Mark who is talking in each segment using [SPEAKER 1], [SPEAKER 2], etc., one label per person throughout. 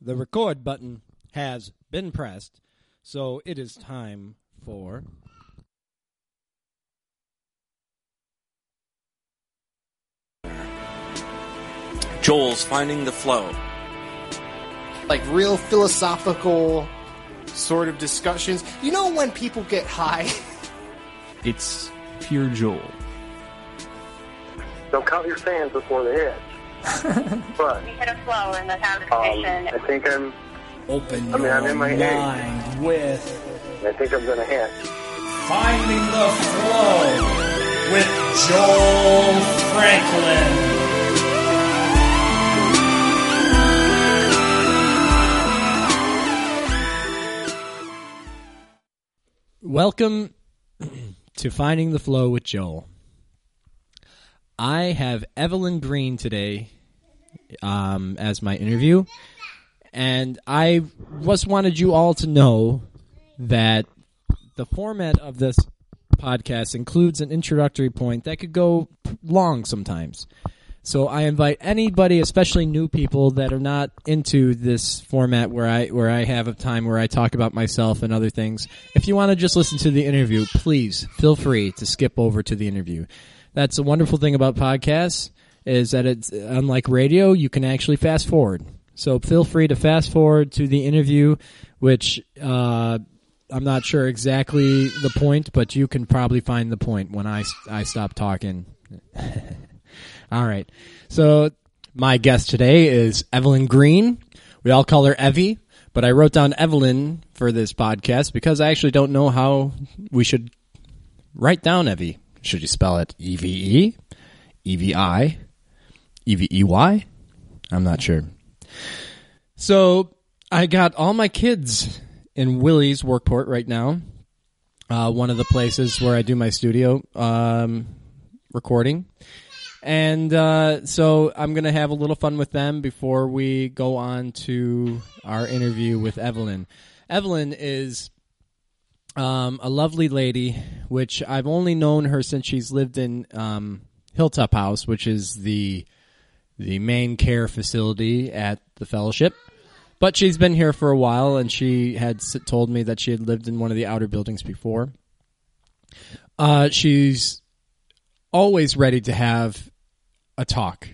[SPEAKER 1] The record button has been pressed, so it is time for.
[SPEAKER 2] Joel's Finding the Flow.
[SPEAKER 3] like real philosophical sort of discussions. You know when people get high?
[SPEAKER 4] It's pure Joel.
[SPEAKER 5] Don't count your fans before they hit. but
[SPEAKER 6] We hit a flow in the
[SPEAKER 5] um,
[SPEAKER 6] conversation.
[SPEAKER 5] I think I'm.
[SPEAKER 7] Open
[SPEAKER 5] I mean, I'm
[SPEAKER 7] your
[SPEAKER 5] in my head.
[SPEAKER 7] mind with
[SPEAKER 5] I think I'm gonna hit.
[SPEAKER 7] Finding the Flow with Joel Franklin.
[SPEAKER 1] Welcome to Finding the Flow with Joel. I have Evelyn Green today um, as my interview, and I just wanted you all to know that the format of this podcast includes an introductory point that could go long sometimes. So I invite anybody, especially new people that are not into this format where I where I have a time where I talk about myself and other things. If you want to just listen to the interview, please feel free to skip over to the interview. That's a wonderful thing about podcasts is that it's unlike radio, you can actually fast forward. So feel free to fast forward to the interview, which uh, I'm not sure exactly the point, but you can probably find the point when I s- I stop talking. All right. So my guest today is Evelyn Green. We all call her Evie, but I wrote down Evelyn for this podcast because I actually don't know how we should write down Evie. Should you spell it E V E, E V I, E V E Y? I'm not sure. So I got all my kids in Willie's Workport right now, uh, one of the places where I do my studio um, recording. And uh, so I'm going to have a little fun with them before we go on to our interview with Evelyn. Evelyn is um, a lovely lady, which I've only known her since she's lived in um, Hilltop House, which is the the main care facility at the fellowship. But she's been here for a while, and she had s- told me that she had lived in one of the outer buildings before. Uh, she's always ready to have a talk.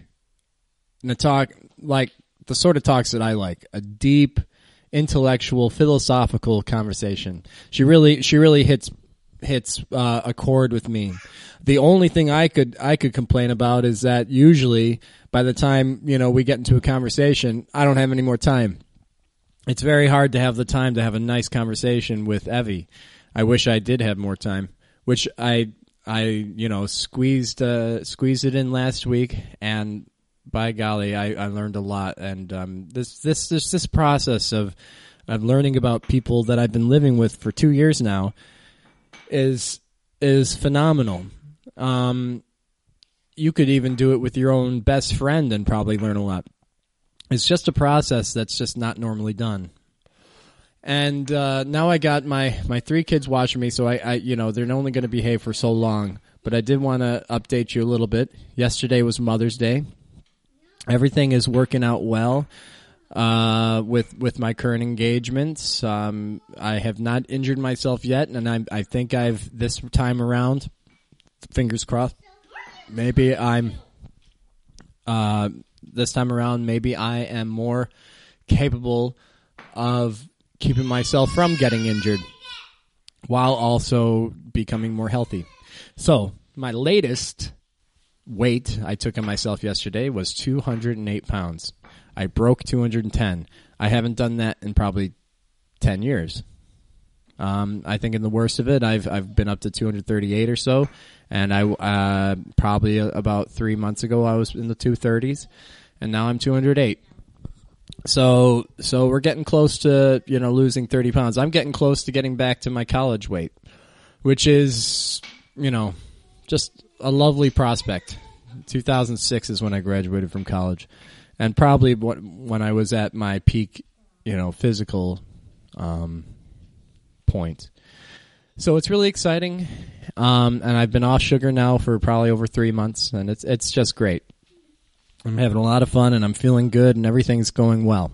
[SPEAKER 1] And a talk like the sort of talks that I like, a deep intellectual philosophical conversation. She really she really hits hits uh, a chord with me. The only thing I could I could complain about is that usually by the time, you know, we get into a conversation, I don't have any more time it's very hard to have the time to have a nice conversation with Evie. I wish I did have more time, which I I you know squeezed uh, squeezed it in last week, and by golly, I, I learned a lot. And um, this this this this process of of learning about people that I've been living with for two years now is is phenomenal. Um, you could even do it with your own best friend and probably learn a lot it's just a process that's just not normally done. And uh, now I got my my three kids watching me, so I, I you know they're only going to behave for so long. But I did want to update you a little bit. Yesterday was Mother's Day. Everything is working out well uh, with with my current engagements. Um, I have not injured myself yet, and I I think I've this time around. Fingers crossed. Maybe I'm uh, this time around, maybe I am more capable of keeping myself from getting injured while also becoming more healthy. So, my latest weight I took on myself yesterday was 208 pounds. I broke 210. I haven't done that in probably 10 years. Um, I think in the worst of it, I've I've been up to 238 or so, and I uh, probably about three months ago I was in the 230s, and now I'm 208. So so we're getting close to you know losing 30 pounds. I'm getting close to getting back to my college weight, which is you know just a lovely prospect. 2006 is when I graduated from college, and probably what- when I was at my peak, you know, physical point. So it's really exciting, um, and I've been off sugar now for probably over three months, and it's it's just great. I'm having a lot of fun, and I'm feeling good, and everything's going well.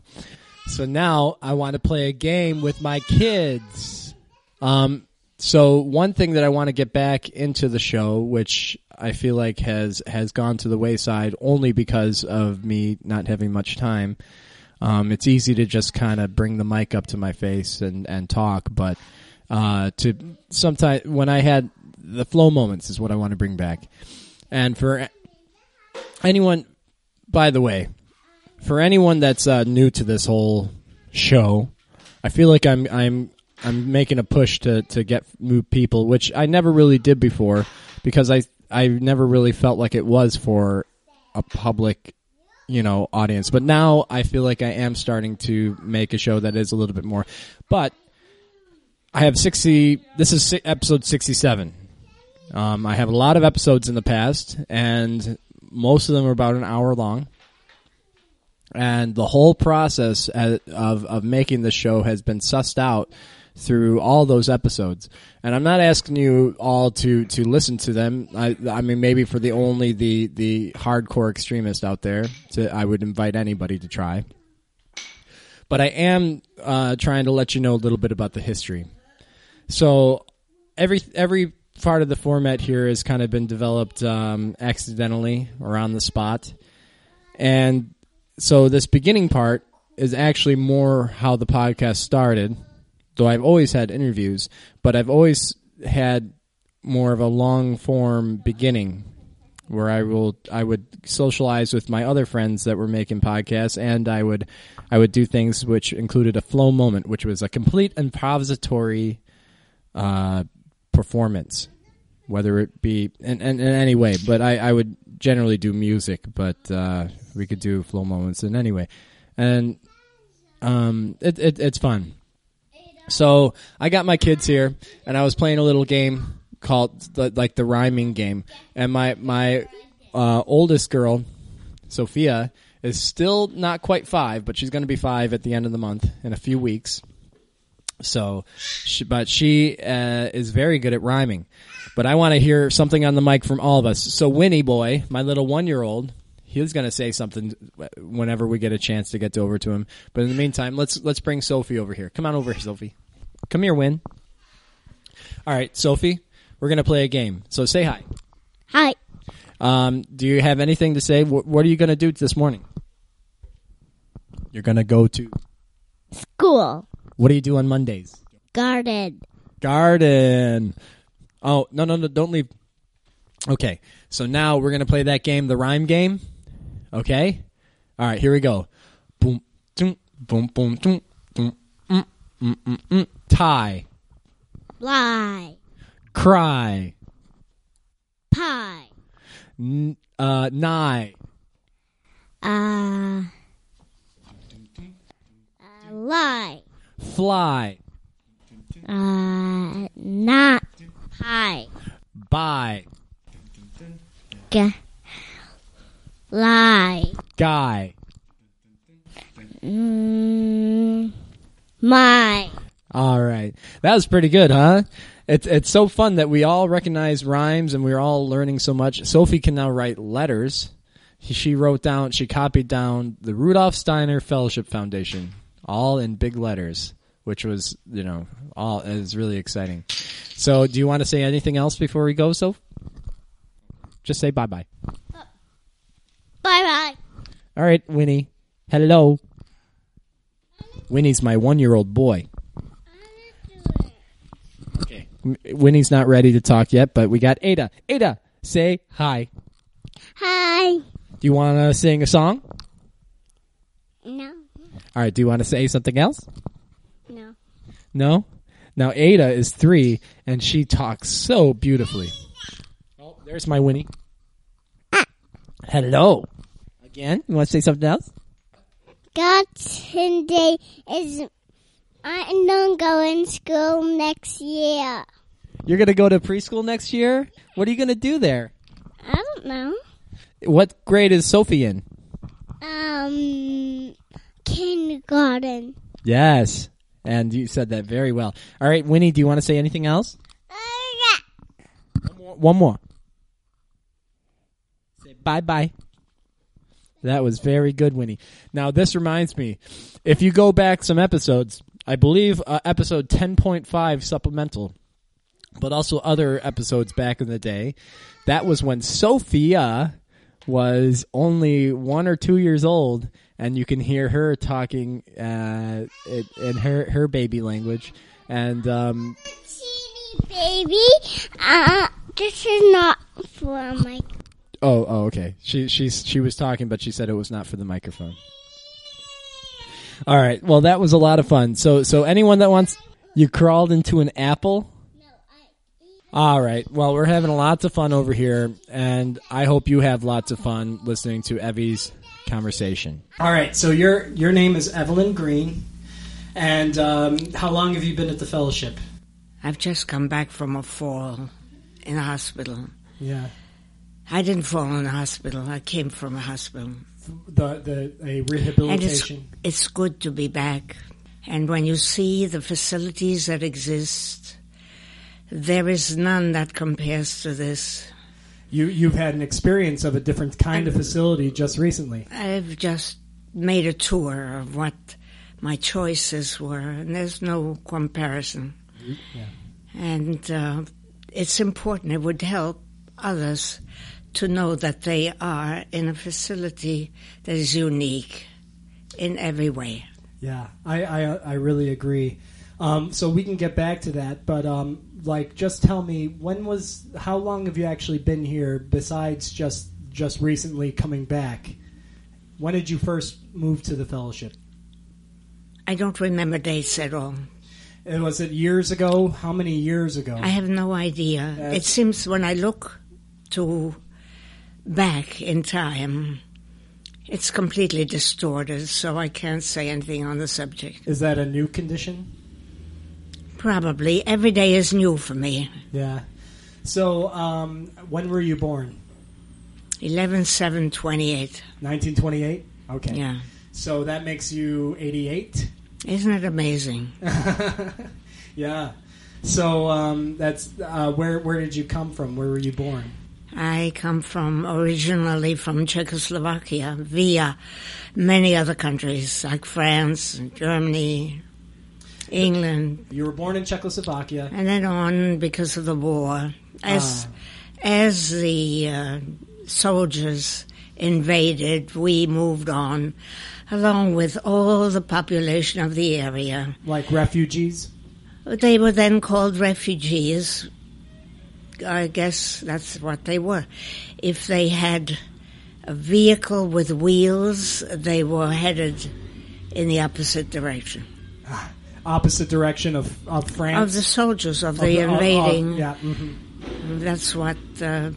[SPEAKER 1] So now I want to play a game with my kids. Um, so one thing that I want to get back into the show, which I feel like has has gone to the wayside only because of me not having much time. Um, it's easy to just kind of bring the mic up to my face and and talk, but uh, to sometimes when I had the flow moments is what I want to bring back. And for anyone, by the way, for anyone that's uh, new to this whole show, I feel like I'm I'm I'm making a push to to get new people, which I never really did before because I I never really felt like it was for a public you know audience. But now I feel like I am starting to make a show that is a little bit more. But I have sixty. This is si- episode sixty-seven. Um, I have a lot of episodes in the past, and most of them are about an hour long and the whole process uh, of of making the show has been sussed out through all those episodes. And I'm not asking you all to to listen to them. I I mean maybe for the only the the hardcore extremist out there, to, I would invite anybody to try. But I am uh, trying to let you know a little bit about the history. So every every part of the format here has kind of been developed um, accidentally or on the spot, and so this beginning part is actually more how the podcast started though i've always had interviews but i've always had more of a long form beginning where i will i would socialize with my other friends that were making podcasts and i would i would do things which included a flow moment which was a complete improvisatory uh, performance whether it be in, in, in any way. But I, I would generally do music, but uh, we could do flow moments in any way, and um, it, it, it's fun. So I got my kids here, and I was playing a little game called the, like the rhyming game, and my my uh, oldest girl, Sophia, is still not quite five, but she's going to be five at the end of the month in a few weeks. So, she, but she uh, is very good at rhyming. But I want to hear something on the mic from all of us. So, Winnie boy, my little one-year-old, he's going to say something uh, whenever we get a chance to get to over to him. But in the meantime, let's let's bring Sophie over here. Come on over, here, Sophie. Come here, Win. All right, Sophie, we're going to play a game. So say hi.
[SPEAKER 6] Hi.
[SPEAKER 1] Um, do you have anything to say? What, what are you going to do this morning? You're going to go to.
[SPEAKER 6] School.
[SPEAKER 1] What do you do on Mondays?
[SPEAKER 6] Garden.
[SPEAKER 1] Garden. Oh, no, no, no, don't leave. Okay, so now we're going to play that game, the rhyme game. Okay? All right, here we go. Boom, boom, boom, boom, boom, boom, mm, mm, mm, mm. Tie,
[SPEAKER 6] Fly.
[SPEAKER 1] cry,
[SPEAKER 6] Pie.
[SPEAKER 1] n- uh, nigh,
[SPEAKER 6] Uh. uh, Lie.
[SPEAKER 1] fly,
[SPEAKER 6] Uh. Not. Hi.
[SPEAKER 1] buy,
[SPEAKER 6] G- lie.
[SPEAKER 1] guy,
[SPEAKER 6] Mm, my.
[SPEAKER 1] All right, that was pretty good, huh? It's it's so fun that we all recognize rhymes and we're all learning so much. Sophie can now write letters. He- She wrote down, she copied down the Rudolf Steiner Fellowship Foundation, all in big letters, which was you know all is really exciting. So, do you want to say anything else before we go, Soph? Just say bye bye.
[SPEAKER 6] Bye bye.
[SPEAKER 1] All right, Winnie. Hello. Winnie's my one-year-old boy. Okay. Winnie's not ready to talk yet, but we got Ada. Ada, say hi.
[SPEAKER 6] Hi.
[SPEAKER 1] Do you want to sing a song?
[SPEAKER 6] No.
[SPEAKER 1] All right. Do you want to say something else?
[SPEAKER 6] No.
[SPEAKER 1] No. Now Ada is three, and she talks so beautifully. Oh, there's my Winnie. Hello. Again, you want to say something else?
[SPEAKER 6] God's Sunday is. I don't go in school next year.
[SPEAKER 1] You're gonna go to preschool next year. What are you gonna do there?
[SPEAKER 6] I don't know.
[SPEAKER 1] What grade is Sophie in?
[SPEAKER 6] Um, kindergarten.
[SPEAKER 1] Yes. And you said that very well. All right, Winnie, do you want to say anything else? One more. Say bye bye. That was very good, Winnie. Now, this reminds me if you go back some episodes, I believe uh, episode 10.5 supplemental, but also other episodes back in the day, that was when Sophia was only one or two years old, and you can hear her talking uh, in in her, her baby language. And um,
[SPEAKER 6] Teeny baby, uh, this is not for my.
[SPEAKER 1] Oh, oh, okay. She she's she was talking, but she said it was not for the microphone. All right. Well, that was a lot of fun. So so anyone that wants you crawled into an apple. All right. Well, we're having lots of fun over here, and I hope you have lots of fun listening to Evie's conversation. All right. So your your name is Evelyn Green, and um, how long have you been at the fellowship?
[SPEAKER 8] I've just come back from a fall in a hospital.
[SPEAKER 1] Yeah,
[SPEAKER 8] I didn't fall in a hospital. I came from a hospital.
[SPEAKER 1] the the a
[SPEAKER 8] And it's, it's good to be back. And when you see the facilities that exist, there is none that compares to this.
[SPEAKER 1] You you've had an experience of a different kind of facility just recently.
[SPEAKER 8] I've just made a tour of what my choices were, and there's no comparison. And uh, it's important, it would help others to know that they are in a facility that is unique in every way.
[SPEAKER 9] Yeah, I I, I really agree. Um, so we can get back to that, but um, like, just tell me when was how long have you actually been here besides just just recently coming back? When did you first move to the fellowship?
[SPEAKER 8] I don't remember dates at all.
[SPEAKER 9] It was it years ago? How many years ago?
[SPEAKER 8] I have no idea. it seems when I look to back in time, it's completely distorted, so I can't say anything on the subject.
[SPEAKER 9] Is that a new condition?
[SPEAKER 8] Probably every day is new for me.
[SPEAKER 9] Yeah. So um, when were you born?
[SPEAKER 8] 11 7 28.
[SPEAKER 9] 1928. Okay.
[SPEAKER 8] Yeah.
[SPEAKER 9] So that makes you 88.
[SPEAKER 8] Isn't it amazing?
[SPEAKER 9] yeah. So um, that's uh, where where did you come from? Where were you born?
[SPEAKER 8] I come from originally from Czechoslovakia via many other countries like France, and Germany, England,
[SPEAKER 9] You were born in Czechoslovakia.
[SPEAKER 8] and then on because of the war, as
[SPEAKER 9] Ah.
[SPEAKER 8] as the uh, soldiers invaded, we moved on, along with all the population of the area.
[SPEAKER 9] like refugees.
[SPEAKER 8] They were then called refugees. I guess that's what they were. If they had a vehicle with wheels, they were headed in the opposite direction
[SPEAKER 9] Ah, Opposite direction of, of France.
[SPEAKER 8] of the soldiers of the,
[SPEAKER 9] Of of- of-
[SPEAKER 8] invading.
[SPEAKER 9] yeah, mhm.
[SPEAKER 8] That's what uh,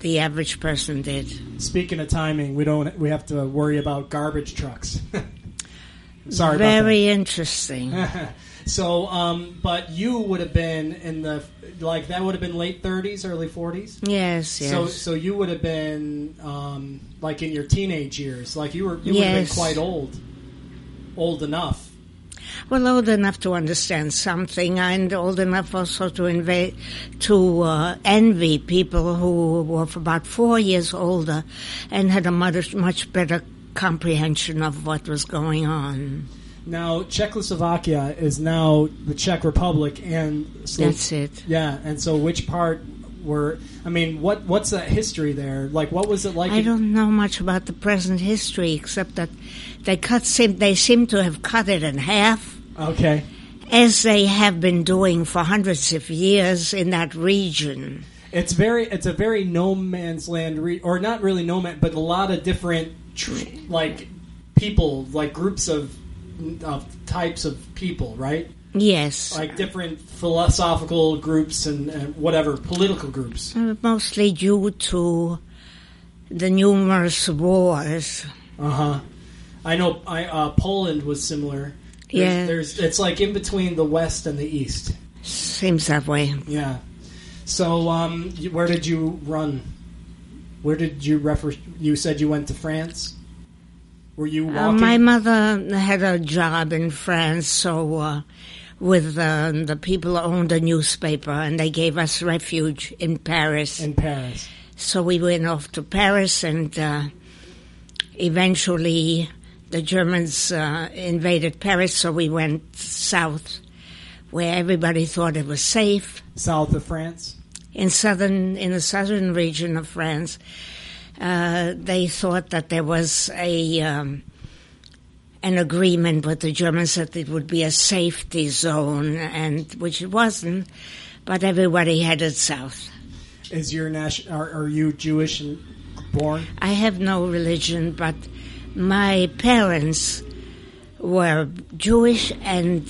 [SPEAKER 8] the average person did.
[SPEAKER 9] Speaking of timing, we don't we have to worry about garbage trucks. Sorry
[SPEAKER 8] Very interesting.
[SPEAKER 9] about that. so, um, but you would have been in the like that would have been late 30s, early 40s.
[SPEAKER 8] yes, yes.
[SPEAKER 9] So, so you would have been um, like in your teenage years. Like you were, you would have been
[SPEAKER 8] Yes.
[SPEAKER 9] quite old, old enough.
[SPEAKER 8] well, old enough to understand something, and old enough also to invade, to uh, envy people who were about four years older and had a much much better comprehension of what was going on.
[SPEAKER 9] Now Czechoslovakia is now the Czech Republic, and so,
[SPEAKER 8] That's it.
[SPEAKER 9] Yeah, and so which part were? I mean, what what's that history there? Like, what was it like?
[SPEAKER 8] I don't know much about the present history except that they cut seem, they seem to have cut it in half.
[SPEAKER 9] Okay,
[SPEAKER 8] as they have been doing for hundreds of years in that region.
[SPEAKER 9] it's very it's a very no man's land, re- or not really no man, but a lot of different tr- like people, like groups of of types of people, right?
[SPEAKER 8] Yes,
[SPEAKER 9] Like different philosophical groups and, and whatever political groups.
[SPEAKER 8] Uh, mostly due to the numerous wars.
[SPEAKER 9] Uh huh. I know. I uh, Poland was similar. There's,
[SPEAKER 8] Yeah.
[SPEAKER 9] There's. It's like in between the west and the east.
[SPEAKER 8] Seems that way.
[SPEAKER 9] Yeah. So, um, you- where did you run? Where did you refer? You said you went to France. Were you walking?
[SPEAKER 8] Uh, my mother had a job in France, so uh, with uh, the people owned a newspaper, and they gave us refuge in Paris.
[SPEAKER 9] in Paris.
[SPEAKER 8] so we went off to Paris, and uh, eventually the Germans uh, invaded Paris, so we went south, where everybody thought it was safe
[SPEAKER 9] south of France.
[SPEAKER 8] in southern in the southern region of France, uh, they thought that there was a um, an agreement with the Germans that it would be a safety zone, and which it wasn't. But everybody headed south.
[SPEAKER 9] Is your nation? Are, are you Jewish and born?
[SPEAKER 8] I have no religion, but my parents were Jewish and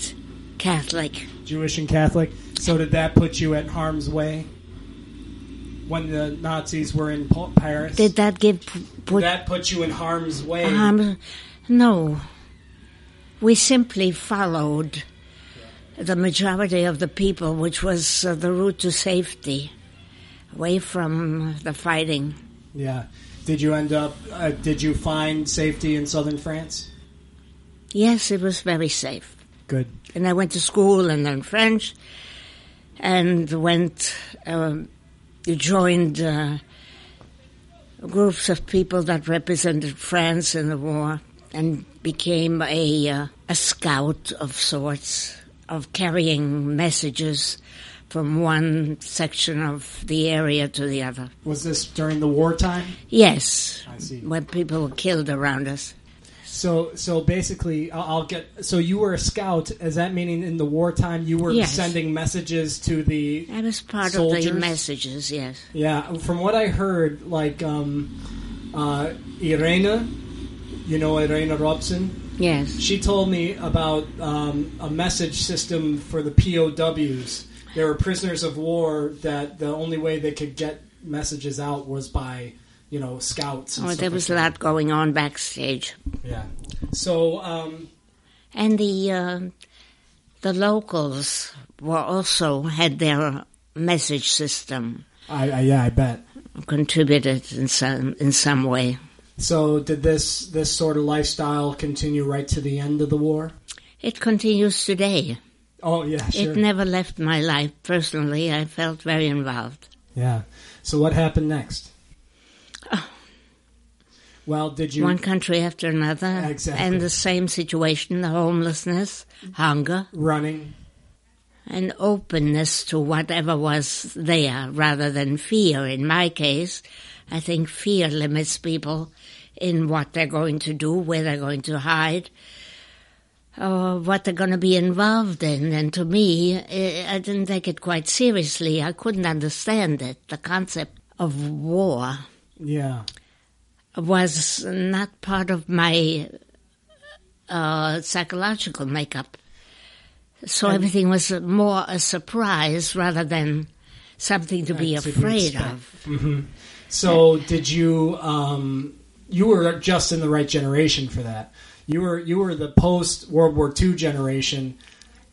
[SPEAKER 8] Catholic.
[SPEAKER 9] Jewish and Catholic. So did that put you at harm's way when the Nazis were in Pa- Paris?
[SPEAKER 8] Did that give put
[SPEAKER 9] that put you in harm's way?
[SPEAKER 8] Um, no. We simply followed the majority of the people, which was uh, the route to safety, away from the fighting.
[SPEAKER 9] yeah. Did you end up? Uh, did you find safety in southern France?
[SPEAKER 8] Yes, it was very safe.
[SPEAKER 9] Good.
[SPEAKER 8] And I went to school and learned French and went, um, joined uh, groups of people that represented France in the war and became a, uh, a scout of sorts of carrying messages from one section of the area to the other.
[SPEAKER 9] Was this during the wartime?
[SPEAKER 8] Yes,
[SPEAKER 9] I see.
[SPEAKER 8] when people were killed around us.
[SPEAKER 9] So, so basically, I'll, I'll get. So you were a scout. Is that meaning in the wartime you were
[SPEAKER 8] Yes.
[SPEAKER 9] sending messages to the
[SPEAKER 8] That was part of
[SPEAKER 9] Soldiers?
[SPEAKER 8] the messages, yes.
[SPEAKER 9] Yeah, from what I heard, like um, uh, Irena, you know Irena Robson,
[SPEAKER 8] Yes.
[SPEAKER 9] she told me about um, a message system for the POWs. They were prisoners of war that the only way they could get messages out was by you know scouts. And
[SPEAKER 8] Oh,
[SPEAKER 9] stuff
[SPEAKER 8] there
[SPEAKER 9] like
[SPEAKER 8] was a
[SPEAKER 9] that.
[SPEAKER 8] lot going on backstage.
[SPEAKER 9] Yeah. So um,
[SPEAKER 8] And the uh, the locals were also had their message system
[SPEAKER 9] I, I yeah I bet.
[SPEAKER 8] contributed in some in some way.
[SPEAKER 9] So did this this sort of lifestyle continue right to the end of the war?
[SPEAKER 8] It continues today.
[SPEAKER 9] Oh yeah, sure.
[SPEAKER 8] It never left my life personally. I felt very involved.
[SPEAKER 9] Yeah. So what happened next? Well, did you
[SPEAKER 8] One country after another,
[SPEAKER 9] Exactly.
[SPEAKER 8] and the same situation: the homelessness, hunger,
[SPEAKER 9] running?
[SPEAKER 8] an openness to whatever was there rather than fear. In my case, I think fear limits people in what they're going to do, where they're going to hide, or what they're going to be involved in. And to me, eh, I didn't take it quite seriously. I couldn't understand it. The concept of war
[SPEAKER 9] Yeah.
[SPEAKER 8] was not part of my uh, psychological makeup. So everything was more a surprise rather than something to be
[SPEAKER 9] Right, to be
[SPEAKER 8] afraid
[SPEAKER 9] expect-
[SPEAKER 8] of.
[SPEAKER 9] So did you? Um, you were just in the right generation for that. You were you were the post World War II generation,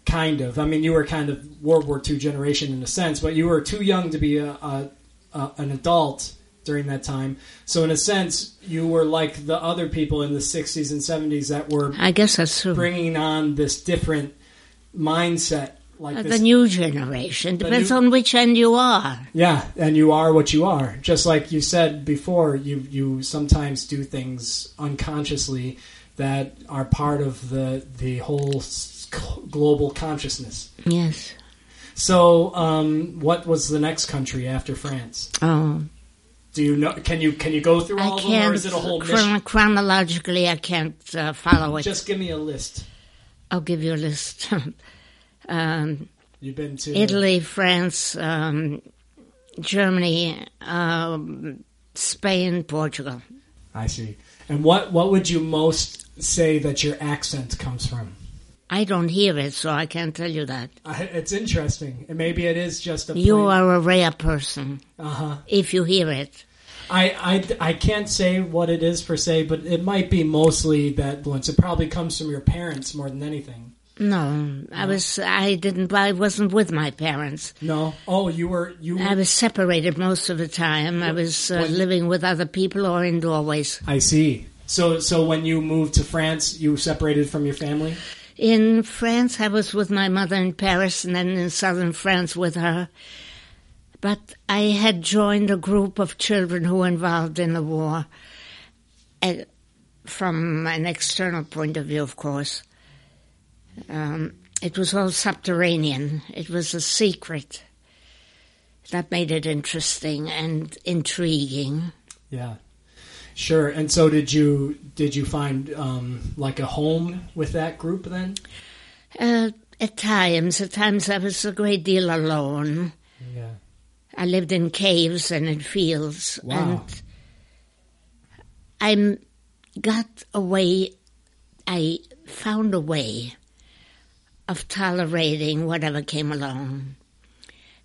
[SPEAKER 9] kind of. I mean, you were kind of World War II generation in a sense, but you were too young to be a, a, a an adult during that time. So in a sense, you were like the other people in the '60s and '70s that were
[SPEAKER 8] I guess that's true.
[SPEAKER 9] bringing on this different mindset like
[SPEAKER 8] Uh,
[SPEAKER 9] this
[SPEAKER 8] the new generation depends
[SPEAKER 9] new-
[SPEAKER 8] on which end you are.
[SPEAKER 9] yeah and you are what you are just like you said before you you sometimes do things unconsciously that are part of the the whole s- global consciousness
[SPEAKER 8] Yes.
[SPEAKER 9] so um, what was the next country after france
[SPEAKER 8] Oh,
[SPEAKER 9] do you know can you can you go through all of
[SPEAKER 8] I
[SPEAKER 9] them or
[SPEAKER 8] can't.
[SPEAKER 9] is it a whole
[SPEAKER 8] chron-
[SPEAKER 9] mission
[SPEAKER 8] chronologically, I can't uh, follow it.
[SPEAKER 9] just give me a list
[SPEAKER 8] I'll give you a list. um,
[SPEAKER 9] you've been to
[SPEAKER 8] Italy, France, um, Germany, um, Spain, Portugal.
[SPEAKER 9] i see and what what would you most say that your accent comes from
[SPEAKER 8] I don't hear it, so I can't tell you that.
[SPEAKER 9] I, it's interesting. And Maybe it is just a.
[SPEAKER 8] You are a rare person
[SPEAKER 9] Uh huh.
[SPEAKER 8] if you hear it.
[SPEAKER 9] I, I I can't say what it is per se, but it might be mostly that influence. It probably comes from your parents more than anything.
[SPEAKER 8] No, I was I didn't I wasn't with my parents.
[SPEAKER 9] No. Oh, you were you.
[SPEAKER 8] I was separated most of the time. I was uh, living with other people or in doorways.
[SPEAKER 9] I see. So so when you moved to France, you separated from your family.
[SPEAKER 8] In France, I was with my mother in Paris and then in southern France with her. But I had joined a group of children who were involved in the war. And eh, from an external point of view, of course. Um, it was all subterranean. It was a secret. That made it interesting and intriguing.
[SPEAKER 9] Yeah. Sure. And so did you did you find um, like a home with that group then?
[SPEAKER 8] Uh, at times, at times I was a great deal alone.
[SPEAKER 9] Yeah.
[SPEAKER 8] I lived in caves and in fields,
[SPEAKER 9] Wow.
[SPEAKER 8] and I m- got away. I found a way of tolerating whatever came along,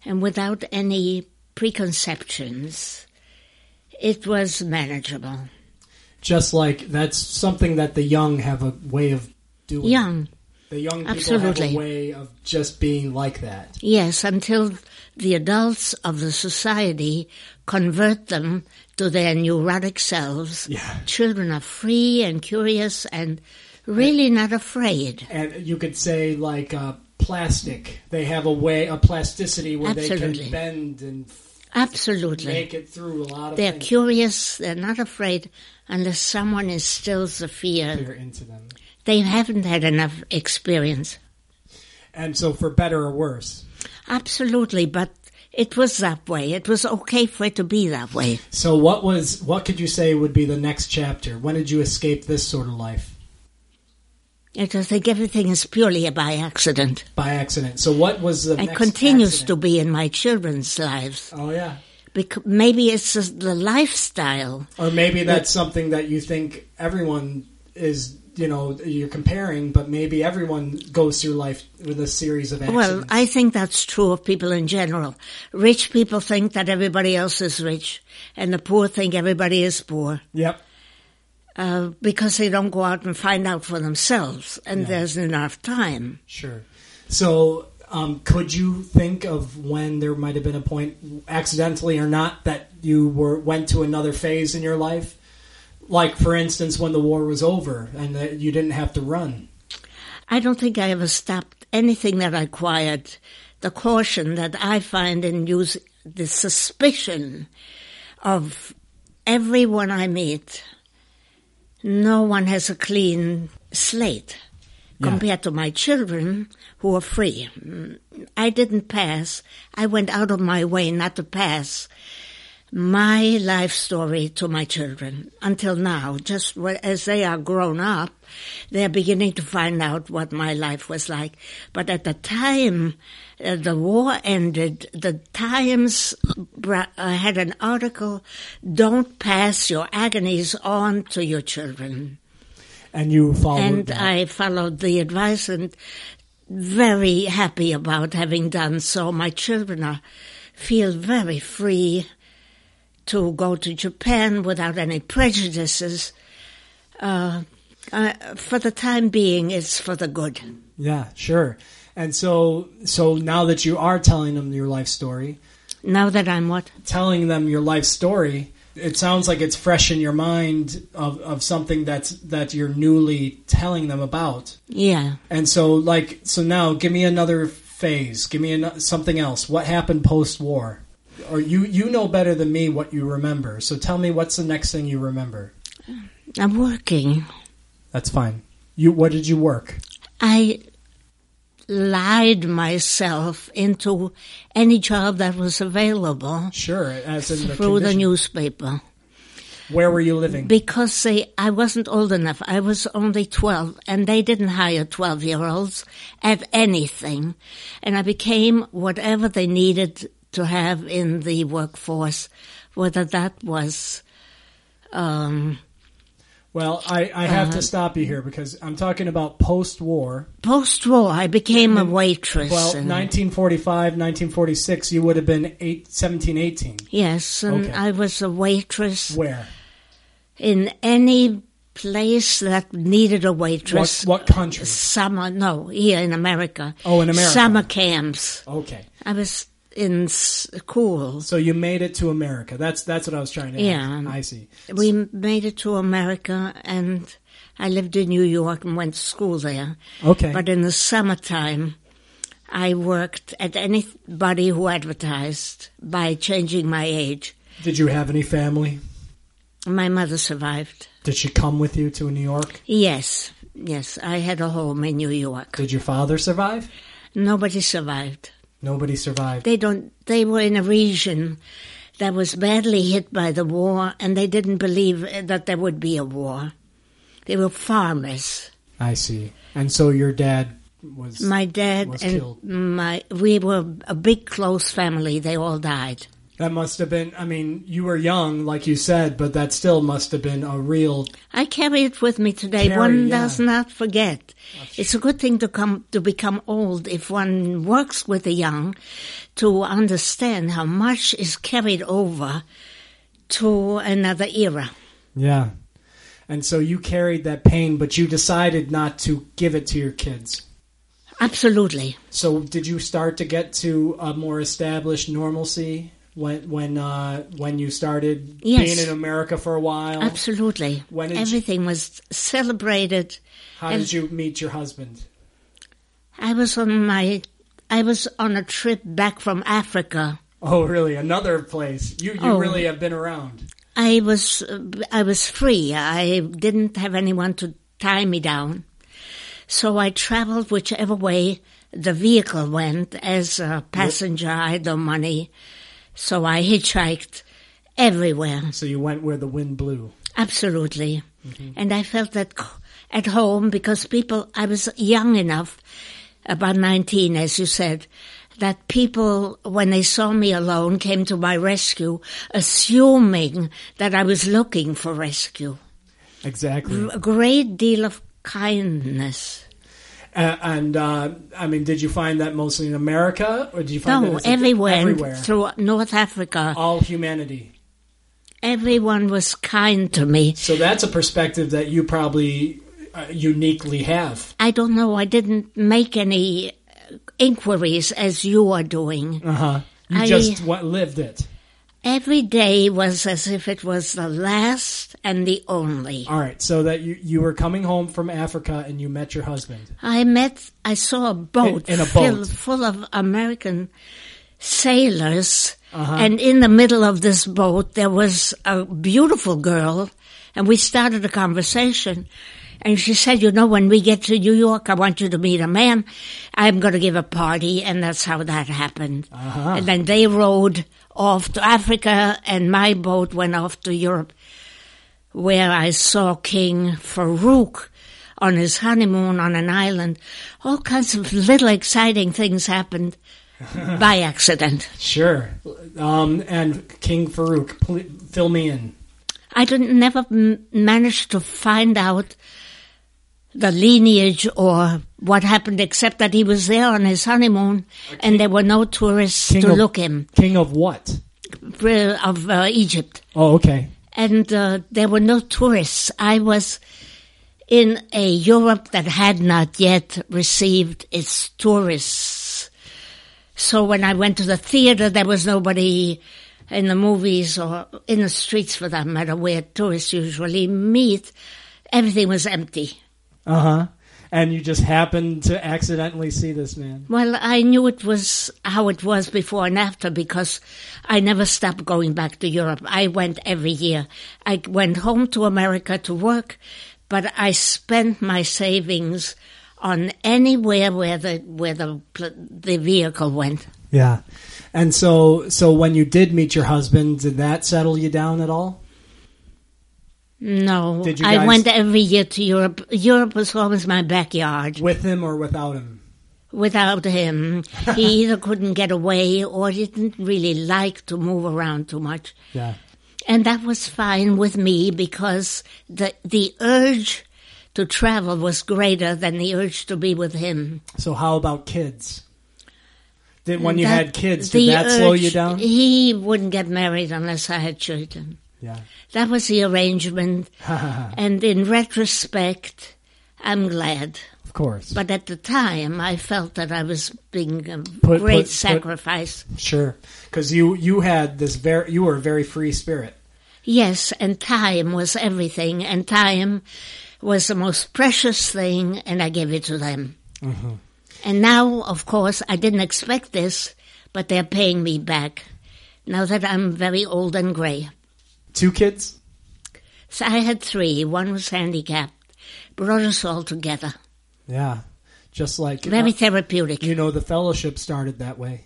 [SPEAKER 8] and without any preconceptions, it was manageable.
[SPEAKER 9] Just like that's something that the young have a way of doing.
[SPEAKER 8] Young,
[SPEAKER 9] The young people have
[SPEAKER 8] Absolutely.
[SPEAKER 9] a way of just being like that.
[SPEAKER 8] yes, until the adults of the society convert them to their neurotic selves.
[SPEAKER 9] Yeah.
[SPEAKER 8] children are free and curious and really not afraid.
[SPEAKER 9] And you could say like uh, plastic. They have a way a plasticity where they
[SPEAKER 8] Absolutely.
[SPEAKER 9] can bend and
[SPEAKER 8] Absolutely.
[SPEAKER 9] make it through a lot of
[SPEAKER 8] They're
[SPEAKER 9] things
[SPEAKER 8] curious, they're not afraid unless someone instills the
[SPEAKER 9] that are
[SPEAKER 8] fear.
[SPEAKER 9] into them.
[SPEAKER 8] They haven't had enough experience.
[SPEAKER 9] And so for better or worse.
[SPEAKER 8] Absolutely, but it was that way. It was okay for it to be that way.
[SPEAKER 9] So what was what could you say would be the next chapter? When did you escape this sort of life?
[SPEAKER 8] It was like everything is purely by accident.
[SPEAKER 9] By accident. So what was the
[SPEAKER 8] It
[SPEAKER 9] next
[SPEAKER 8] continues
[SPEAKER 9] accident?
[SPEAKER 8] to be in my children's lives.
[SPEAKER 9] Oh yeah.
[SPEAKER 8] Because maybe it's just the lifestyle.
[SPEAKER 9] Or maybe that's something that you think everyone is, you know, you're comparing, but maybe everyone goes through life with a series of accidents.
[SPEAKER 8] Well, I think that's true of people in general. Rich people think that everybody else is rich, and the poor think everybody is poor
[SPEAKER 9] yep.
[SPEAKER 8] uh, because they don't go out and find out for themselves, and
[SPEAKER 9] Yeah.
[SPEAKER 8] there's enough time.
[SPEAKER 9] Sure. So, um, could you think of when there might have been a point, accidentally or not, that you were went to another phase in your life? Like, for instance, when the war was over and that you didn't have to run.
[SPEAKER 8] I don't think I ever stopped anything that I acquired. The caution that I find in use the suspicion of everyone I meet. No one has a clean slate compared to my children who are free. Mm, I didn't pass. I went out of my way not to pass my life story to my children until now. Just wh- as they are grown up, they're beginning to find out what my life was like. But at the time uh, the war ended, the Times bra- uh, had an article, Don't Pass Your Agonies On to Your Children.
[SPEAKER 9] And you followed.
[SPEAKER 8] And
[SPEAKER 9] that.
[SPEAKER 8] I followed the advice and very happy about having done so. My children are, feel very free to go to Japan without any prejudices. Uh, uh, for the time being, it's for the good.
[SPEAKER 9] yeah, sure. And so, so now that you are telling them your life story,
[SPEAKER 8] Now that I'm what?
[SPEAKER 9] telling them your life story, it sounds like it's fresh in your mind of, of something that's that you're newly telling them about.
[SPEAKER 8] Yeah.
[SPEAKER 9] And so, like, so now, give me another phase. Give me an, something else. What happened post war? Or you you know better than me what you remember. So tell me what's the next thing you remember.
[SPEAKER 8] I'm working.
[SPEAKER 9] That's fine. You what did you work?
[SPEAKER 8] I lied myself into any job that was available
[SPEAKER 9] Sure, as in the,
[SPEAKER 8] through the
[SPEAKER 9] condition-
[SPEAKER 8] newspaper.
[SPEAKER 9] Where were you living?
[SPEAKER 8] Because they, I wasn't old enough. I was only 12 and they didn't hire 12 year olds at anything. And I became whatever they needed to have in the workforce, whether that was, um,
[SPEAKER 9] well, I, I have to stop you here because I'm talking about post war.
[SPEAKER 8] post war. I became a waitress.
[SPEAKER 9] Well,
[SPEAKER 8] and-
[SPEAKER 9] 1945, 1946, you would have been eight, 17, 18.
[SPEAKER 8] yes. And
[SPEAKER 9] Okay.
[SPEAKER 8] I was a waitress
[SPEAKER 9] Where?
[SPEAKER 8] in any place that needed a
[SPEAKER 9] What,
[SPEAKER 8] waitress.
[SPEAKER 9] what country?
[SPEAKER 8] Summer, no, here in America.
[SPEAKER 9] Oh, in America.
[SPEAKER 8] Summer camps.
[SPEAKER 9] Okay.
[SPEAKER 8] I was in school.
[SPEAKER 9] So you made it to America. That's that's what I was trying to ask.
[SPEAKER 8] Yeah.
[SPEAKER 9] I see.
[SPEAKER 8] We made it to America, and I lived in New York and went to school there.
[SPEAKER 9] Okay.
[SPEAKER 8] But in the summertime, I worked at anybody who advertised by changing my age.
[SPEAKER 9] Did you have any family?
[SPEAKER 8] My mother survived.
[SPEAKER 9] Did she come with you to New York?
[SPEAKER 8] Yes, yes. I had a home in New York.
[SPEAKER 9] Did your father survive?
[SPEAKER 8] Nobody survived.
[SPEAKER 9] Nobody survived.
[SPEAKER 8] They don't. They were in a region that was badly hit by the war, and they didn't believe that there would be a war. They were farmers.
[SPEAKER 9] I see. And so your dad was.
[SPEAKER 8] My dad
[SPEAKER 9] Was
[SPEAKER 8] and
[SPEAKER 9] killed.
[SPEAKER 8] my we were a big close family. They all died.
[SPEAKER 9] that must have been. I mean, you were young, like you said, but that still must have been a real.
[SPEAKER 8] I carry it with me today.
[SPEAKER 9] Carry,
[SPEAKER 8] one
[SPEAKER 9] yeah.
[SPEAKER 8] does not forget. It's a good thing to come to become old if one works with the young to understand how much is carried over to another era.
[SPEAKER 9] Yeah. And so you carried that pain, but you decided not to give it to your kids.
[SPEAKER 8] Absolutely.
[SPEAKER 9] So did you start to get to a more established normalcy when when uh, when you started
[SPEAKER 8] Yes.
[SPEAKER 9] being in America for a while?
[SPEAKER 8] Absolutely.
[SPEAKER 9] When did you-
[SPEAKER 8] Everything was celebrated.
[SPEAKER 9] How
[SPEAKER 8] And-
[SPEAKER 9] did you meet your husband?
[SPEAKER 8] I was on my I was on a trip back from Africa.
[SPEAKER 9] Oh, really? Another place. You you
[SPEAKER 8] Oh.
[SPEAKER 9] really have been around.
[SPEAKER 8] I was uh, I was free. I didn't have anyone to tie me down, so I traveled whichever way the vehicle went. As a passenger, I had no money, so I hitchhiked everywhere.
[SPEAKER 9] So you went where the wind blew.
[SPEAKER 8] Absolutely, and I felt that c- at home because people. I was young enough, about nineteen, as you said. That people, when they saw me alone, came to my rescue, assuming that I was looking for rescue.
[SPEAKER 9] Exactly.
[SPEAKER 8] a great deal of kindness.
[SPEAKER 9] Uh, and uh, I mean, did you find that mostly in America, or did you find
[SPEAKER 8] No,
[SPEAKER 9] that as a-
[SPEAKER 8] everywhere,
[SPEAKER 9] everywhere?
[SPEAKER 8] through North Africa,
[SPEAKER 9] all humanity.
[SPEAKER 8] everyone was kind to me.
[SPEAKER 9] So that's a perspective that you probably uh, uniquely have.
[SPEAKER 8] I don't know. I didn't make any uh, inquiries as you are doing.
[SPEAKER 9] Uh huh. You
[SPEAKER 8] Uh-huh. I-
[SPEAKER 9] just what lived it.
[SPEAKER 8] Every day was as if it was the last and the only.
[SPEAKER 9] All right. So that you you were coming home from Africa and you met your husband.
[SPEAKER 8] I met, I saw a boat,
[SPEAKER 9] In- in a
[SPEAKER 8] filled-
[SPEAKER 9] boat.
[SPEAKER 8] full of American sailors.
[SPEAKER 9] Uh-huh.
[SPEAKER 8] And in the middle of this boat, there was a beautiful girl, and we started a conversation. And she said, You know, when we get to New York, I want you to meet a man. I'm going to give a party. And that's how that happened.
[SPEAKER 9] Uh-huh.
[SPEAKER 8] And then they rowed off to Africa, and my boat went off to Europe where I saw King Farouk on his honeymoon on an island. All kinds of little exciting things happened by accident.
[SPEAKER 9] Sure. Um, and King Farouk, pl- fill me in.
[SPEAKER 8] I didn't never m- manage to find out the lineage or what happened, except that he was there on his honeymoon, and there were no tourists
[SPEAKER 9] King
[SPEAKER 8] to
[SPEAKER 9] of-
[SPEAKER 8] look him
[SPEAKER 9] King of what?
[SPEAKER 8] uh, of uh, Egypt.
[SPEAKER 9] Oh, okay.
[SPEAKER 8] and uh, there were no tourists. I was in a Europe that had not yet received its tourists. So when I went to the theater, there was nobody in the movies or in the streets for that matter where tourists usually meet. Everything was empty.
[SPEAKER 9] Uh huh. And you just happened to accidentally see this man.
[SPEAKER 8] Well, I knew it was how it was before and after because I never stopped going back to Europe. I went every year. I went home to America to work, but I spent my savings on anywhere where the where the pl- the vehicle went.
[SPEAKER 9] Yeah. And so, so when you did meet your husband, did that settle you down at all?
[SPEAKER 8] No,
[SPEAKER 9] Did you
[SPEAKER 8] I
[SPEAKER 9] guys-
[SPEAKER 8] went every year to Europe. Europe was always my backyard.
[SPEAKER 9] With him or without him?
[SPEAKER 8] Without him, he either couldn't get away or he didn't really like to move around too much.
[SPEAKER 9] Yeah.
[SPEAKER 8] And that was fine with me because the the urge to travel was greater than the urge to be with him.
[SPEAKER 9] So how about kids? Did when you
[SPEAKER 8] Mm, That-
[SPEAKER 9] had kids, did
[SPEAKER 8] the
[SPEAKER 9] that slow you
[SPEAKER 8] urge-
[SPEAKER 9] down?
[SPEAKER 8] He wouldn't get married unless I had children.
[SPEAKER 9] Yeah.
[SPEAKER 8] That was the arrangement. and in retrospect, I'm glad.
[SPEAKER 9] Of course.
[SPEAKER 8] But at the time, I felt that I was being a
[SPEAKER 9] put-
[SPEAKER 8] great
[SPEAKER 9] put-
[SPEAKER 8] sacrifice.
[SPEAKER 9] Sure. Cuz you you had this very you were a very free spirit.
[SPEAKER 8] Yes, and time was everything, and time was the most precious thing, and I gave it to them.
[SPEAKER 9] Mm-hmm.
[SPEAKER 8] And now, of course, I didn't expect this, but they're paying me back now that I'm very old and gray.
[SPEAKER 9] Two kids?
[SPEAKER 8] So I had three. One was handicapped. Brought us all together.
[SPEAKER 9] Yeah, just like uh,
[SPEAKER 8] Very therapeutic.
[SPEAKER 9] you know, the fellowship started that way.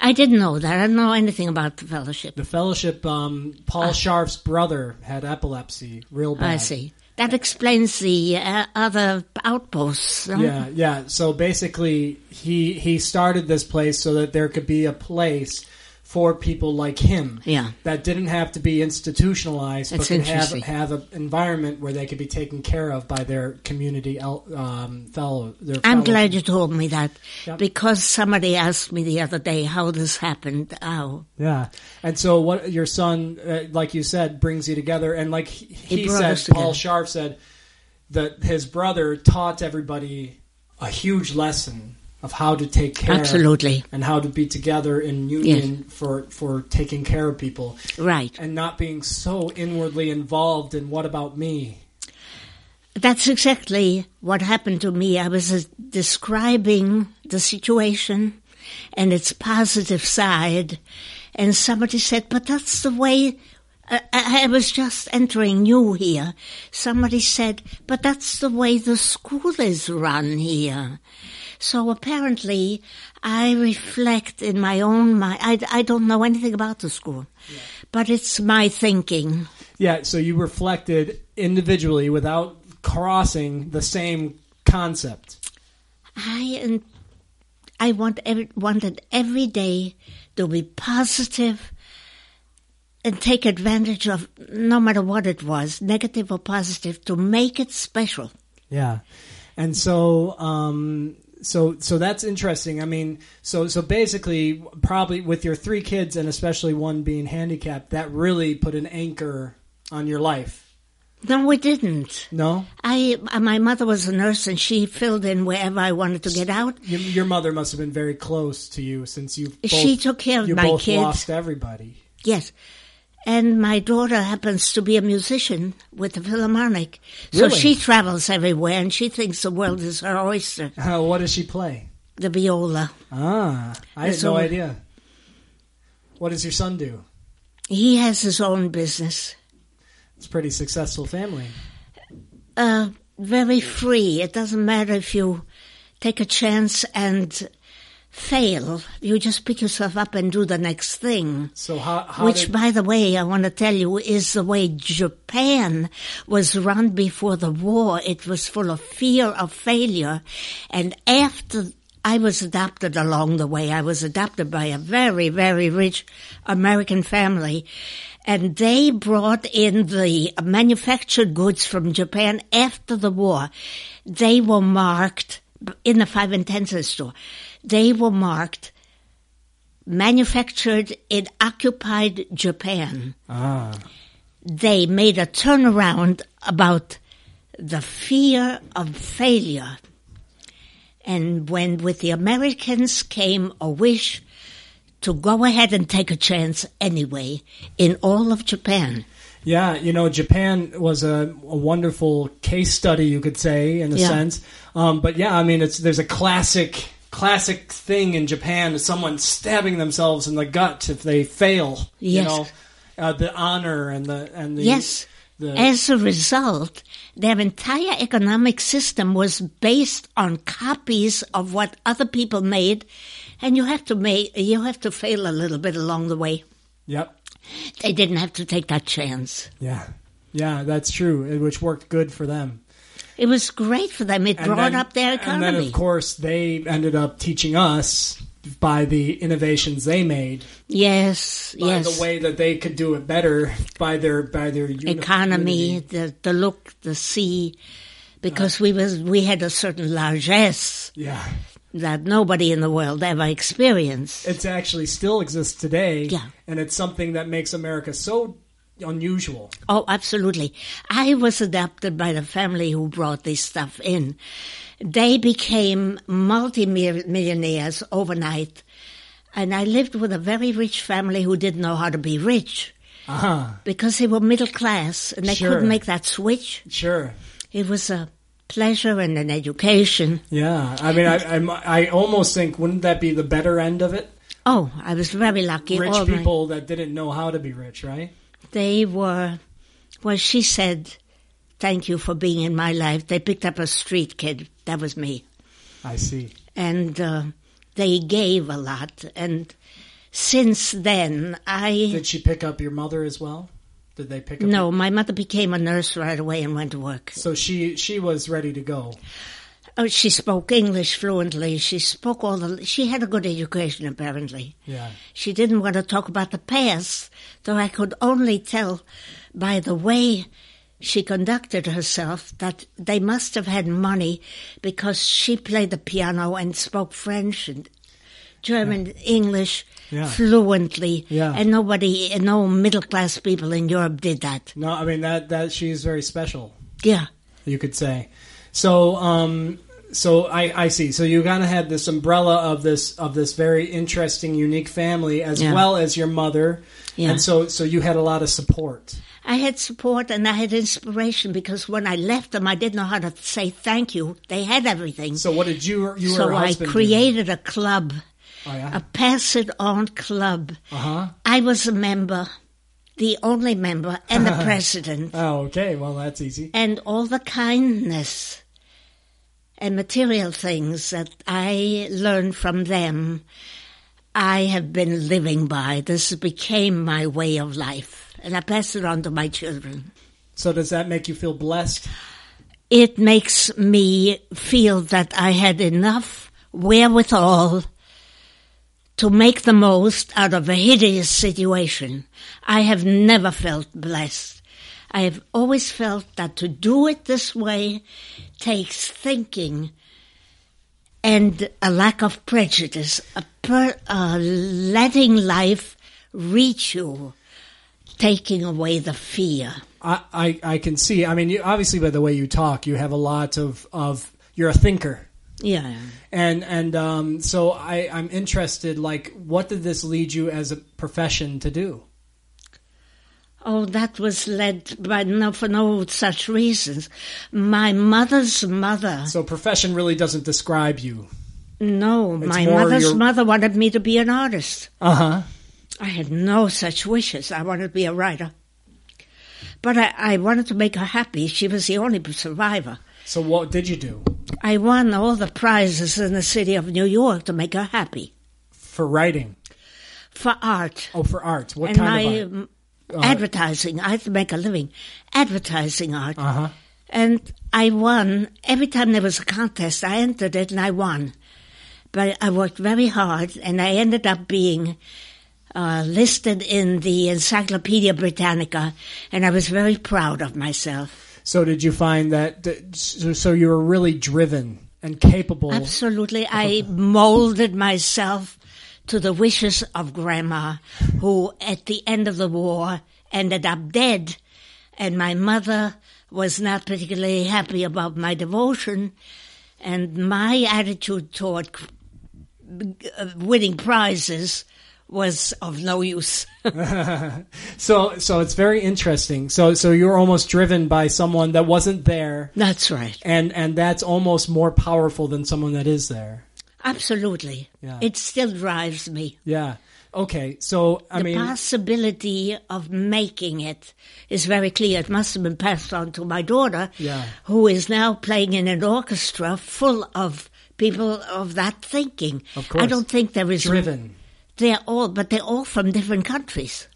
[SPEAKER 8] I didn't know that. I didn't know anything about the fellowship.
[SPEAKER 9] The fellowship, um, Paul Sharf's brother had epilepsy, real bad.
[SPEAKER 8] Uh. I see. That explains the uh, other outposts. huh?
[SPEAKER 9] Yeah, yeah. So basically, he he started this place so that there could be a place for people like him.
[SPEAKER 8] Yeah.
[SPEAKER 9] That didn't have to be institutionalized, but
[SPEAKER 8] That's
[SPEAKER 9] could have
[SPEAKER 8] interesting.
[SPEAKER 9] have an environment where they could be taken care of by their community el- um, fellow. Their
[SPEAKER 8] I'm
[SPEAKER 9] fellow-
[SPEAKER 8] glad you told me that
[SPEAKER 9] Yep.
[SPEAKER 8] because somebody asked me the other day how this happened. Oh, How
[SPEAKER 9] Yeah, and so what your son, uh, like you said, brings you together, and like he, he,
[SPEAKER 8] brought
[SPEAKER 9] said,
[SPEAKER 8] us
[SPEAKER 9] Paul
[SPEAKER 8] together.
[SPEAKER 9] Sharp said that his brother taught everybody a huge lesson of how to take care,
[SPEAKER 8] Absolutely.
[SPEAKER 9] and how to be together in union for for taking care of people,
[SPEAKER 8] right?
[SPEAKER 9] and not being so inwardly involved in what about me?
[SPEAKER 8] That's exactly what happened to me. I was uh, describing the situation and its positive side, and somebody said, But that's the way. I, I I was just entering new here. Somebody said, But that's the way the school is run here. So apparently, I reflect in my own mind. I, I don't know anything about the school, but it's my thinking.
[SPEAKER 9] Yeah, so you reflected individually without crossing the same concept.
[SPEAKER 8] I and I want every, wanted every day to be positive and take advantage of no matter what it was, negative or positive, to make it special.
[SPEAKER 9] Yeah, and so um, so so that's interesting. I mean, so so basically, probably with your three kids and especially one being handicapped, that really put an anchor on your life.
[SPEAKER 8] No, we didn't.
[SPEAKER 9] No,
[SPEAKER 8] I uh, my mother was a nurse and she filled in wherever I wanted to get out.
[SPEAKER 9] your, your mother must have been very close to you since you. Both,
[SPEAKER 8] She took care of
[SPEAKER 9] you
[SPEAKER 8] my
[SPEAKER 9] both
[SPEAKER 8] kids.
[SPEAKER 9] Lost everybody.
[SPEAKER 8] Yes. And my daughter happens to be a musician with the Philharmonic. So
[SPEAKER 9] Really?
[SPEAKER 8] she travels everywhere and she thinks the world is her oyster.
[SPEAKER 9] what does she play?
[SPEAKER 8] The viola.
[SPEAKER 9] Ah, I had
[SPEAKER 8] That's
[SPEAKER 9] no
[SPEAKER 8] all-
[SPEAKER 9] idea. What does your son do?
[SPEAKER 8] He has his own business.
[SPEAKER 9] It's a pretty successful family.
[SPEAKER 8] uh, very free. It doesn't matter if you take a chance and fail. You just pick yourself up and do the next thing.
[SPEAKER 9] So how? how
[SPEAKER 8] Which,
[SPEAKER 9] did-
[SPEAKER 8] by the way, I want to tell you is the way Japan was run before the war. It was full of fear of failure. And after I was adopted along the way, I was adopted by a very, very rich American family. And they brought in the manufactured goods from Japan after the war. They were marked in the five and ten cent store. They were marked manufactured in occupied Japan. They made a turnaround about the fear of failure. And when with the Americans came a wish to go ahead and take a chance anyway in all of Japan.
[SPEAKER 9] Yeah, you know, Japan was a, a wonderful case study, you could say, in a
[SPEAKER 8] Yeah.
[SPEAKER 9] sense. Um, but yeah, I mean, it's there's a classic classic thing in Japan: is someone stabbing themselves in the gut if they fail. You
[SPEAKER 8] Yes.
[SPEAKER 9] know, uh, the honor and the and the
[SPEAKER 8] Yes.
[SPEAKER 9] the-
[SPEAKER 8] As a result, their entire economic system was based on copies of what other people made, and you have to make you have to fail a little bit along the way.
[SPEAKER 9] yep,
[SPEAKER 8] They didn't have to take that chance.
[SPEAKER 9] yeah, yeah, that's true, uh, which worked good for them.
[SPEAKER 8] It was great for them. It
[SPEAKER 9] And
[SPEAKER 8] brought
[SPEAKER 9] then-
[SPEAKER 8] up their
[SPEAKER 9] And
[SPEAKER 8] economy.
[SPEAKER 9] then, of course, they ended up teaching us by the innovations they made
[SPEAKER 8] yes,
[SPEAKER 9] by
[SPEAKER 8] yes.
[SPEAKER 9] the way that they could do it better by their by their uni-
[SPEAKER 8] economy,
[SPEAKER 9] unity.
[SPEAKER 8] the the look, the sea, because we was we had a certain largesse
[SPEAKER 9] Yeah,
[SPEAKER 8] that nobody in the world ever experienced.
[SPEAKER 9] it's actually still exists today.
[SPEAKER 8] Yeah.
[SPEAKER 9] and it's something that makes America so unusual.
[SPEAKER 8] Oh, absolutely. I was adopted by the family who brought this stuff in. They became multimillionaires overnight. And I lived with a very rich family who didn't know how to be rich
[SPEAKER 9] Uh-huh.
[SPEAKER 8] because they were middle class and they
[SPEAKER 9] Sure.
[SPEAKER 8] couldn't make that switch.
[SPEAKER 9] Sure.
[SPEAKER 8] It was a pleasure and an education.
[SPEAKER 9] Yeah, I mean, I, I'm- I almost think wouldn't that be the better end of it?
[SPEAKER 8] Oh, I was very lucky.
[SPEAKER 9] Rich
[SPEAKER 8] All my-
[SPEAKER 9] people that didn't know how to be rich, right?
[SPEAKER 8] they were Well, she said, "Thank you for being in my life." They picked up a street kid. That was me,
[SPEAKER 9] I see.
[SPEAKER 8] and uh, they gave a lot. And since then, I
[SPEAKER 9] Did she pick up your mother as well? Did they pick up?
[SPEAKER 8] no, my mother became a nurse right away and went to work.
[SPEAKER 9] So she she was ready to go.
[SPEAKER 8] Oh, she spoke English fluently. She spoke all the. She had a good education, apparently.
[SPEAKER 9] Yeah.
[SPEAKER 8] She didn't want to talk about the past, though I could only tell by the way she conducted herself that they must have had money because she played the piano and spoke French and German, English
[SPEAKER 9] Yeah.
[SPEAKER 8] fluently.
[SPEAKER 9] Yeah.
[SPEAKER 8] And nobody, no middle class people in Europe did that.
[SPEAKER 9] No, I mean that that she's very special.
[SPEAKER 8] Yeah.
[SPEAKER 9] You could say. So um so I I see. So you kind of had this umbrella of this of this very interesting unique family as
[SPEAKER 8] Yeah.
[SPEAKER 9] well as your mother.
[SPEAKER 8] Yeah.
[SPEAKER 9] And so so you had a lot of support.
[SPEAKER 8] I had support and I had inspiration because when I left them, I didn't know how to say thank you. They had everything.
[SPEAKER 9] So what did you you
[SPEAKER 8] So
[SPEAKER 9] were
[SPEAKER 8] I created a club,
[SPEAKER 9] Oh, yeah?
[SPEAKER 8] a pass it on club.
[SPEAKER 9] Uh-huh.
[SPEAKER 8] I was a member, the only member, and the president,
[SPEAKER 9] Oh, okay. Well, that's easy.
[SPEAKER 8] and all the kindness and material things that I learned from them, I have been living by. This became my way of life, and I pass it on to my children.
[SPEAKER 9] So does that make you feel blessed?
[SPEAKER 8] It makes me feel that I had enough wherewithal to make the most out of a hideous situation. I have never felt blessed. I have always felt that to do it this way takes thinking and a lack of prejudice, a per, uh, letting life reach you, taking away the fear.
[SPEAKER 9] I, I, I can see. I mean, you, obviously, by the way you talk, you have a lot of, of you're a thinker,
[SPEAKER 8] Yeah.
[SPEAKER 9] and and um, so I, I'm interested. Like, what did this lead you as a profession to do?
[SPEAKER 8] Oh, that was led by no for no such reasons. My mother's mother,
[SPEAKER 9] So, profession really doesn't describe you.
[SPEAKER 8] no, my
[SPEAKER 9] more
[SPEAKER 8] mother's
[SPEAKER 9] your-
[SPEAKER 8] mother wanted me to be an artist.
[SPEAKER 9] Uh huh.
[SPEAKER 8] I had no such wishes. I wanted to be a writer, but I, I wanted to make her happy. She was the only survivor.
[SPEAKER 9] So, what did you do
[SPEAKER 8] I won all the prizes in the city of New York to make her happy
[SPEAKER 9] for writing?
[SPEAKER 8] for art
[SPEAKER 9] Oh, for art. What
[SPEAKER 8] and my
[SPEAKER 9] kind of art?
[SPEAKER 8] um, advertising. I had to make a living advertising art.
[SPEAKER 9] Uh huh.
[SPEAKER 8] And I won. Every time there was a contest, I entered it and I won. But I worked very hard and I ended up being uh, listed in the Encyclopedia Britannica and I was very proud of myself.
[SPEAKER 9] So, did you find that? that- So, so you were really driven and capable.
[SPEAKER 8] Absolutely. I molded myself to the wishes of Grandma, who at the end of the war ended up dead. And my mother was not particularly happy about my devotion. And my attitude toward uh, winning prizes was of no use.
[SPEAKER 9] So, so it's very interesting. So, so you were almost driven by someone that wasn't there.
[SPEAKER 8] That's right.
[SPEAKER 9] and and that's almost more powerful than someone that is there.
[SPEAKER 8] Absolutely.
[SPEAKER 9] Yeah.
[SPEAKER 8] It still drives me.
[SPEAKER 9] Yeah. Okay. So I
[SPEAKER 8] the
[SPEAKER 9] mean,
[SPEAKER 8] possibility of making it is very clear. It must have been passed on to my daughter,
[SPEAKER 9] Yeah.
[SPEAKER 8] who is now playing in an orchestra full of people of that thinking.
[SPEAKER 9] Of course.
[SPEAKER 8] I don't think there is
[SPEAKER 9] driven.
[SPEAKER 8] They're all, but they're all from different countries.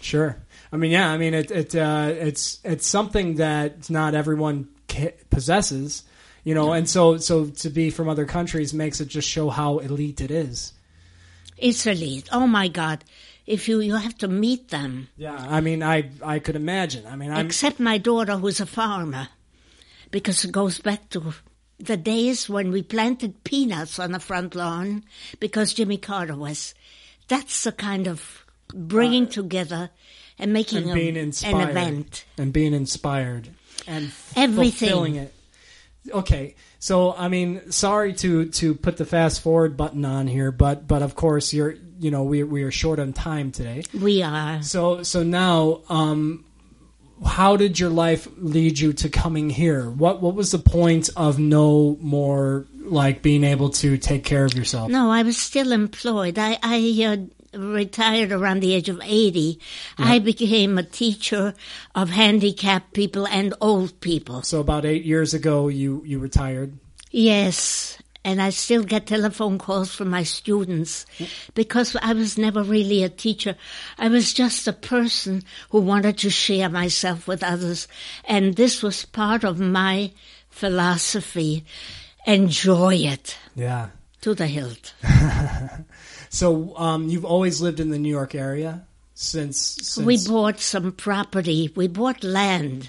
[SPEAKER 9] Sure. I mean, yeah. I mean, it it uh, it's it's something that not everyone ca- possesses, you know. And so so to be from other countries makes it just show how elite it is.
[SPEAKER 8] It's elite. Oh my God! If you you have to meet them.
[SPEAKER 9] Yeah. I mean, I I could imagine. I mean, I'm
[SPEAKER 8] except my daughter who's a farmer because it goes back to the days when we planted peanuts on the front lawn because jimmy carter was that's the kind of bringing together and making
[SPEAKER 9] and
[SPEAKER 8] a-
[SPEAKER 9] being inspired
[SPEAKER 8] an event
[SPEAKER 9] and being inspired and f-
[SPEAKER 8] Everything.
[SPEAKER 9] fulfilling it. Okay, so I mean, sorry to to put the fast forward button on here, but but of course you're you know we we are short on time today.
[SPEAKER 8] we are
[SPEAKER 9] So so now, um, how did your life lead you to coming here? What what was the point of no more like being able to take care of yourself?
[SPEAKER 8] no i was still employed i i uh, retired around the age of 80, I became a teacher of handicapped people and old people.
[SPEAKER 9] So about eight years ago, you you retired.
[SPEAKER 8] Yes, and I still get telephone calls from my students because I was never really a teacher. I was just a person who wanted to share myself with others, and this was part of my philosophy. Enjoy it
[SPEAKER 9] Yeah.
[SPEAKER 8] to the hilt.
[SPEAKER 9] So um, you've always lived in the New York area since. since
[SPEAKER 8] we bought some property. We bought land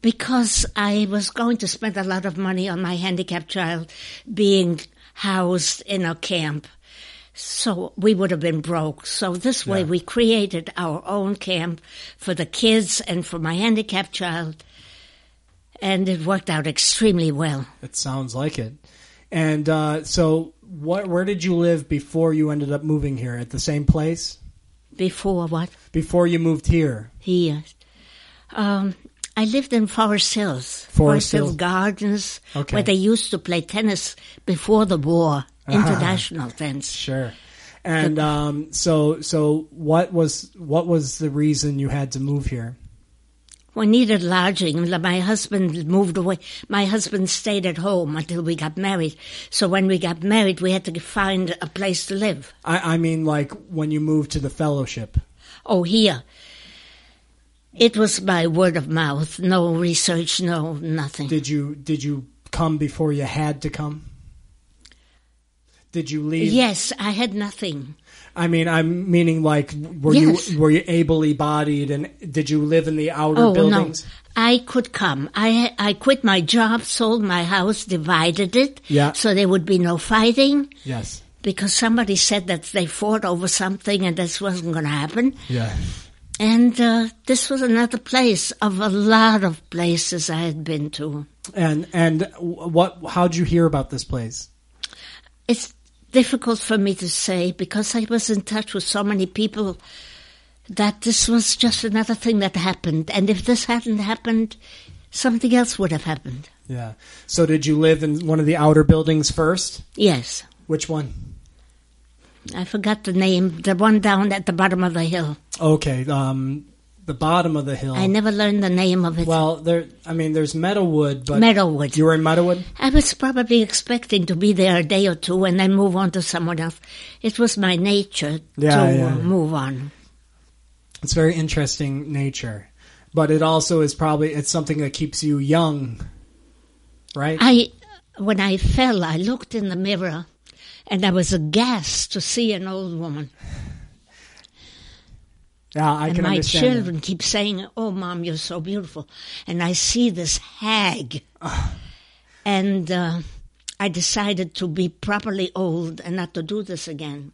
[SPEAKER 8] because I was going to spend a lot of money on my handicapped child being housed in a camp. So we would have been broke. So this way we created our own camp for the kids and for my handicapped child. And it worked out extremely well.
[SPEAKER 9] It sounds like it. And uh, so, what? Where did you live before you ended up moving here? At the same place
[SPEAKER 8] Before what?
[SPEAKER 9] before you moved here?
[SPEAKER 8] He, um, I lived in Forest Hills,
[SPEAKER 9] Forest Hills.
[SPEAKER 8] Gardens,
[SPEAKER 9] Okay.
[SPEAKER 8] where they used to play tennis before the war,
[SPEAKER 9] Uh-huh.
[SPEAKER 8] international tennis.
[SPEAKER 9] Sure. And um, so, so what was what was the reason you had to move here?
[SPEAKER 8] We needed lodging. My husband moved away. My husband stayed at home until we got married. So when we got married, we had to find a place to live.
[SPEAKER 9] I, I mean, like when you moved to the fellowship.
[SPEAKER 8] Oh, here. It was by word of mouth. No research, no nothing.
[SPEAKER 9] Did you did you come before you had to come? Did you leave?
[SPEAKER 8] yes, I had nothing.
[SPEAKER 9] I mean, I'm meaning like, were
[SPEAKER 8] Yes.
[SPEAKER 9] you were you ably bodied, and did you live in the outer
[SPEAKER 8] Oh
[SPEAKER 9] buildings?
[SPEAKER 8] no, I could come. I I quit my job, sold my house, divided it.
[SPEAKER 9] Yeah.
[SPEAKER 8] So there would be no fighting
[SPEAKER 9] Yes.
[SPEAKER 8] because somebody said that they fought over something and this wasn't going to happen.
[SPEAKER 9] Yeah.
[SPEAKER 8] And uh, this was another place of a lot of places I had been to.
[SPEAKER 9] And and what? How'd you hear about this place?
[SPEAKER 8] It's difficult for me to say because I was in touch with so many people that this was just another thing that happened. And if this hadn't happened, something else would have happened.
[SPEAKER 9] Yeah. So did you live in one of the outer buildings first?
[SPEAKER 8] Yes.
[SPEAKER 9] Which one?
[SPEAKER 8] I forgot the name, the one down at the bottom of the hill.
[SPEAKER 9] Okay. Um, the bottom of the hill.
[SPEAKER 8] I never learned the name of it.
[SPEAKER 9] Oh. Well, there. I mean, there's Meadowwood, but
[SPEAKER 8] Meadowwood.
[SPEAKER 9] You were in Meadowwood.
[SPEAKER 8] I was probably expecting to be there a day or two and then move on to someone else. It was my nature
[SPEAKER 9] Yeah,
[SPEAKER 8] to
[SPEAKER 9] yeah.
[SPEAKER 8] uh, move on.
[SPEAKER 9] It's very interesting nature, but it also is probably it's something that keeps you young, right?
[SPEAKER 8] I, when I fell, I looked in the mirror, and I was aghast to see an old woman.
[SPEAKER 9] yeah, I
[SPEAKER 8] and
[SPEAKER 9] can
[SPEAKER 8] my
[SPEAKER 9] understand. that.
[SPEAKER 8] children keep saying, "Oh, mom, you're so beautiful," and I see this hag, and uh, I decided to be properly old and not to do this again.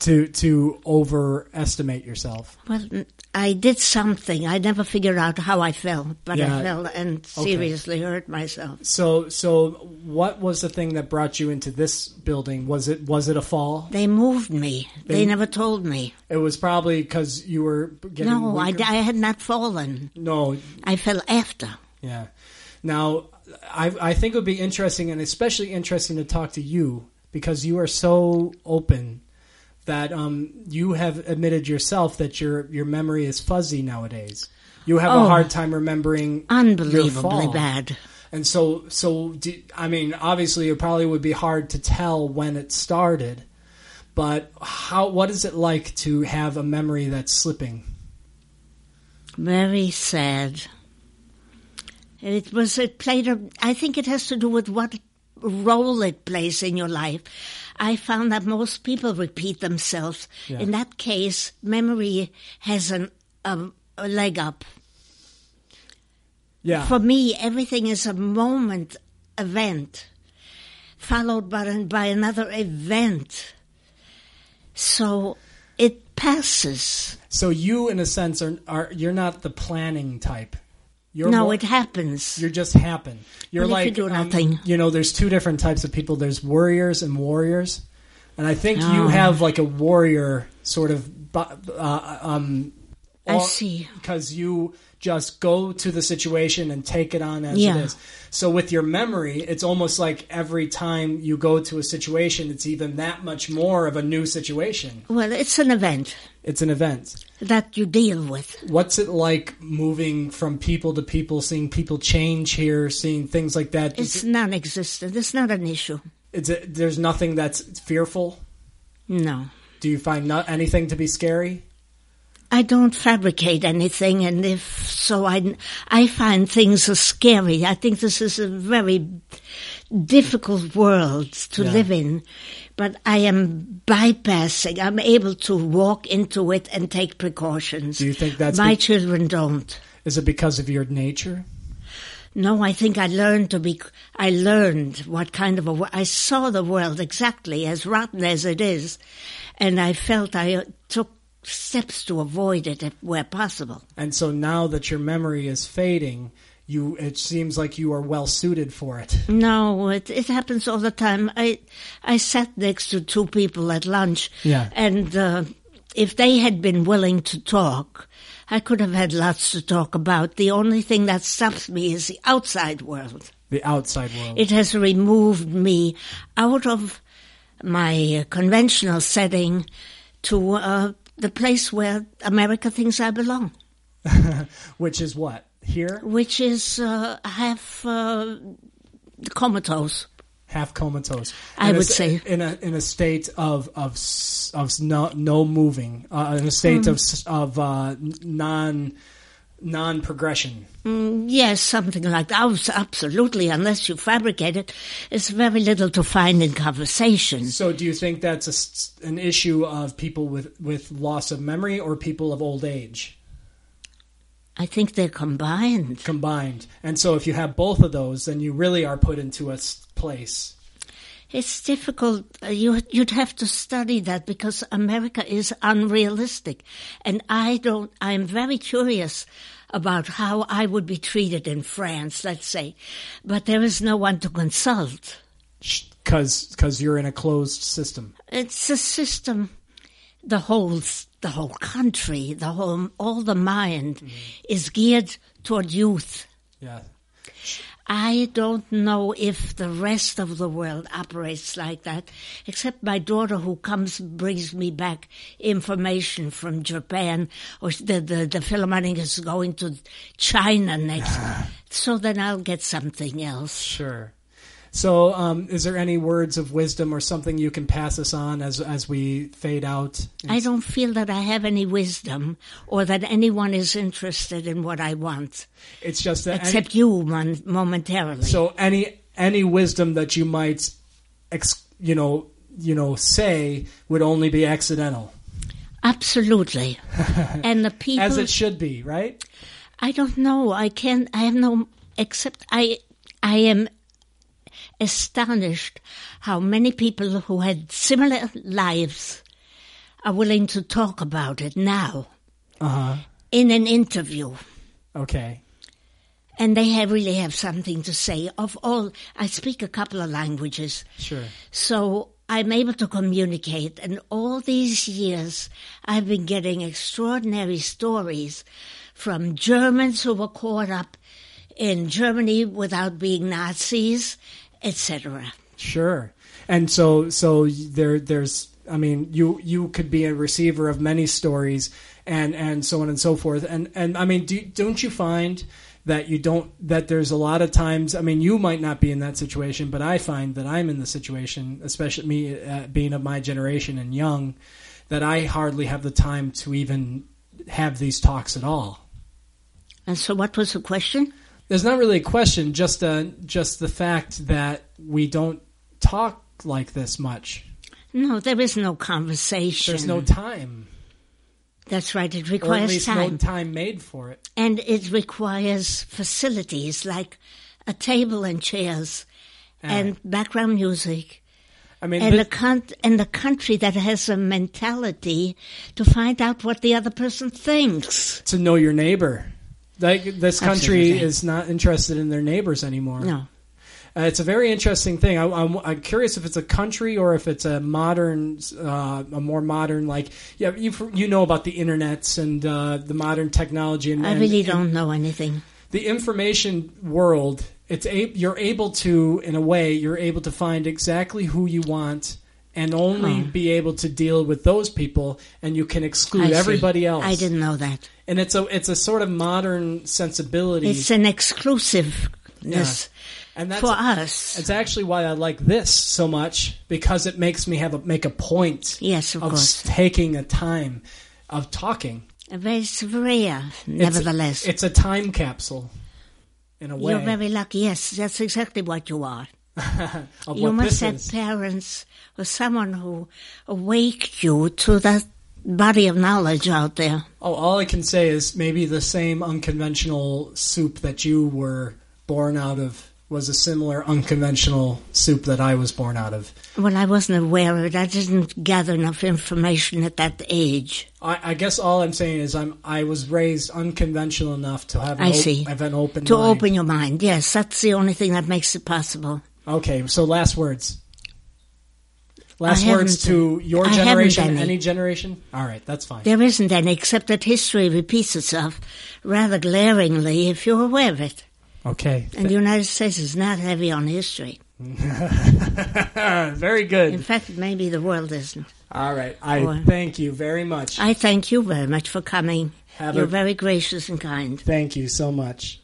[SPEAKER 9] to to overestimate yourself.
[SPEAKER 8] Well, n- I did something. I never figured out how I fell, but
[SPEAKER 9] Yeah.
[SPEAKER 8] I fell and
[SPEAKER 9] Okay.
[SPEAKER 8] seriously hurt myself.
[SPEAKER 9] So so what was the thing that brought you into this building? Was it was it a fall?
[SPEAKER 8] They moved me. They,
[SPEAKER 9] They-
[SPEAKER 8] never told me.
[SPEAKER 9] It was probably because you were getting
[SPEAKER 8] No, I,
[SPEAKER 9] weaker?
[SPEAKER 8] I had not fallen.
[SPEAKER 9] no
[SPEAKER 8] I fell after.
[SPEAKER 9] yeah. Now I I think it would be interesting and especially interesting to talk to you because you are so open that um you have admitted yourself that your your memory is fuzzy nowadays. You have a
[SPEAKER 8] Oh.
[SPEAKER 9] hard time remembering your
[SPEAKER 8] Unbelievably
[SPEAKER 9] fall.
[SPEAKER 8] bad.
[SPEAKER 9] And so, so do, I mean, obviously, it probably would be hard to tell when it started, but how? What is it like to have a memory that's slipping?
[SPEAKER 8] Very sad. It was, it played a, I think it has to do with what role it plays in your life. I found that most people repeat themselves. In that case, memory has an, a, a leg up.
[SPEAKER 9] Yeah,
[SPEAKER 8] For me, everything is a moment event, followed by, by another event. So it passes.
[SPEAKER 9] So you, in a sense, are, are you're not the planning type. You're
[SPEAKER 8] no,
[SPEAKER 9] more-
[SPEAKER 8] it happens.
[SPEAKER 9] You're just happen. You're
[SPEAKER 8] Well, if
[SPEAKER 9] like
[SPEAKER 8] you do
[SPEAKER 9] um,
[SPEAKER 8] nothing.
[SPEAKER 9] you know, there's two different types of people. There's warriors and warriors, and I think you
[SPEAKER 8] Oh.
[SPEAKER 9] have like a warrior sort of. bu- Uh, um,
[SPEAKER 8] I see.
[SPEAKER 9] because you just go to the situation and take it on as
[SPEAKER 8] Yeah.
[SPEAKER 9] it is. So with your memory, it's almost like every time you go to a situation, it's even that much more of a new situation.
[SPEAKER 8] Well, it's an event
[SPEAKER 9] It's an event.
[SPEAKER 8] that you deal with.
[SPEAKER 9] What's it like moving from people to people, seeing people change here, seeing things like that?
[SPEAKER 8] It's
[SPEAKER 9] Is-
[SPEAKER 8] non existent. It's not an issue.
[SPEAKER 9] It's, it- there's nothing that's fearful.
[SPEAKER 8] No.
[SPEAKER 9] Do you find not anything to be scary?
[SPEAKER 8] I don't fabricate anything, and if so, I, I find things are scary. I think this is a very difficult world to live in, but I am bypassing. I'm able to walk into it and take precautions.
[SPEAKER 9] Do you think that's
[SPEAKER 8] my
[SPEAKER 9] be-
[SPEAKER 8] children don't?
[SPEAKER 9] Is it because of your nature?
[SPEAKER 8] No, I think I learned to be. I learned what kind of a. wo- I saw the world exactly as rotten as it is, and I felt I uh, took steps to avoid it if, where possible.
[SPEAKER 9] And so now that your memory is fading, you it seems like you are well suited for it.
[SPEAKER 8] No, it it happens all the time. I I sat next to two people at lunch,
[SPEAKER 9] Yeah.
[SPEAKER 8] and uh, if they had been willing to talk, I could have had lots to talk about. The only thing that stops me is the outside world.
[SPEAKER 9] The outside world.
[SPEAKER 8] It has removed me out of my conventional setting to uh, the place where America thinks I belong.
[SPEAKER 9] Which is what? Here?
[SPEAKER 8] which is uh, half uh, comatose.
[SPEAKER 9] Half comatose.
[SPEAKER 8] I
[SPEAKER 9] In a
[SPEAKER 8] would
[SPEAKER 9] st-
[SPEAKER 8] say.
[SPEAKER 9] in a in a state of of s- of s- no, no moving, uh, in a
[SPEAKER 8] Mm-hmm.
[SPEAKER 9] state of s- of uh, n- non non progression.
[SPEAKER 8] Yes, something like that. Abs- Absolutely, unless you fabricate it, it's very little to find in conversation.
[SPEAKER 9] So, do you think that's a s an issue of people with with loss of memory or people of old age?
[SPEAKER 8] I think they're combined.
[SPEAKER 9] combined. And so if you have both of those, then you really are put into a s- place.
[SPEAKER 8] It's difficult. Uh, You, you'd have to study that because America is unrealistic, and I don't. I'm very curious about how I would be treated in France, let's say, but there is no one to consult.
[SPEAKER 9] Because cause you're in a closed system.
[SPEAKER 8] it's a system the whole s- the whole country the whole all the mind is geared toward youth
[SPEAKER 9] Yeah.
[SPEAKER 8] i don't know if the rest of the world operates like that except my daughter who comes brings me back information from japan or s- the the, the philharmonic is going to china next so then i'll get something else
[SPEAKER 9] Sure. So um, is there any words of wisdom or something you can pass us on as, as we fade out?
[SPEAKER 8] I don't feel that I have any wisdom or that anyone is interested in what I want,
[SPEAKER 9] It's just that... any-
[SPEAKER 8] except you mon- momentarily.
[SPEAKER 9] so any any wisdom that you might, ex, you know, you know, say would only be accidental,
[SPEAKER 8] Absolutely. and the people.
[SPEAKER 9] as it should be, right?
[SPEAKER 8] I don't know. I can't. I have no. Except I. I am astonished how many people who had similar lives are willing to talk about it now
[SPEAKER 9] Uh huh.
[SPEAKER 8] in an interview.
[SPEAKER 9] Okay.
[SPEAKER 8] And they have really have something to say. Of all, I speak a couple of languages.
[SPEAKER 9] Sure.
[SPEAKER 8] So I'm able to communicate. And all these years, I've been getting extraordinary stories from Germans who were caught up in Germany without being Nazis, etc.
[SPEAKER 9] Sure. And so so there there's I mean you you could be a receiver of many stories and and so on and so forth and and I mean do, don't you find that you don't that there's a lot of times I mean you might not be in that situation but I find that I'm in the situation especially me uh, being of my generation and young that I hardly have the time to even have these talks at all.
[SPEAKER 8] And so, what was the question?
[SPEAKER 9] There's not really a question just uh just the fact that we don't talk like this much.
[SPEAKER 8] No, there is no conversation.
[SPEAKER 9] There's no time.
[SPEAKER 8] That's right. It
[SPEAKER 9] Or at
[SPEAKER 8] requires
[SPEAKER 9] least
[SPEAKER 8] time.
[SPEAKER 9] no time made for it.
[SPEAKER 8] and it requires facilities like a table and chairs and background music
[SPEAKER 9] I mean,
[SPEAKER 8] and
[SPEAKER 9] thi-
[SPEAKER 8] a con- and a country that has a mentality to find out what the other person thinks.
[SPEAKER 9] to know your neighbor. Like this country
[SPEAKER 8] Absolutely.
[SPEAKER 9] is not interested in their neighbors anymore.
[SPEAKER 8] No.
[SPEAKER 9] Uh, it's a very interesting thing. I, I'm, I'm curious if it's a country or if it's a modern, uh, a more modern like. Yeah, you you know about the internets and uh, the modern technology. And,
[SPEAKER 8] I
[SPEAKER 9] and-
[SPEAKER 8] really
[SPEAKER 9] and
[SPEAKER 8] don't know anything.
[SPEAKER 9] the information world. It's a, you're able to, in a way, you're able to find exactly who you want. And only be able to deal with those people, and you can
[SPEAKER 8] I
[SPEAKER 9] exclude
[SPEAKER 8] see.
[SPEAKER 9] everybody else.
[SPEAKER 8] I didn't know that.
[SPEAKER 9] and it's a it's a sort of modern sensibility.
[SPEAKER 8] It's an exclusiveness
[SPEAKER 9] and that's
[SPEAKER 8] for us.
[SPEAKER 9] It's actually why I like this so much because it makes me have a make a point.
[SPEAKER 8] Yes, of
[SPEAKER 9] s-
[SPEAKER 8] course.
[SPEAKER 9] taking a time of talking.
[SPEAKER 8] It's rare,
[SPEAKER 9] It's-
[SPEAKER 8] nevertheless.
[SPEAKER 9] it's a time capsule in a way.
[SPEAKER 8] You're very lucky. Yes, that's exactly what you are.
[SPEAKER 9] of
[SPEAKER 8] you
[SPEAKER 9] what
[SPEAKER 8] must
[SPEAKER 9] this
[SPEAKER 8] have
[SPEAKER 9] is.
[SPEAKER 8] parents or someone who awaked you to that body of knowledge out there.
[SPEAKER 9] Oh, all I can say is maybe the same unconventional soup that you were born out of was a similar unconventional soup that I was born out of.
[SPEAKER 8] Well, I wasn't aware of it. I didn't gather enough information at that age.
[SPEAKER 9] I, I guess all I'm saying is I'm I was raised unconventional enough to have an
[SPEAKER 8] I
[SPEAKER 9] op-
[SPEAKER 8] see.
[SPEAKER 9] have an open
[SPEAKER 8] To
[SPEAKER 9] mind.
[SPEAKER 8] open your mind, yes, that's the only thing that makes it possible.
[SPEAKER 9] Okay, so last words. Last
[SPEAKER 8] I haven't
[SPEAKER 9] words to your
[SPEAKER 8] I haven't
[SPEAKER 9] generation,
[SPEAKER 8] any.
[SPEAKER 9] any generation? All right, that's fine.
[SPEAKER 8] There isn't any, except that history repeats itself rather glaringly if you're aware of it.
[SPEAKER 9] Okay.
[SPEAKER 8] And the United States is not heavy on history.
[SPEAKER 9] very
[SPEAKER 8] In
[SPEAKER 9] good.
[SPEAKER 8] fact, maybe the world isn't.
[SPEAKER 9] All right, I
[SPEAKER 8] Boy.
[SPEAKER 9] thank you very much.
[SPEAKER 8] I thank you very much for coming.
[SPEAKER 9] Have
[SPEAKER 8] You're
[SPEAKER 9] a-
[SPEAKER 8] very gracious and kind.
[SPEAKER 9] Thank you so much.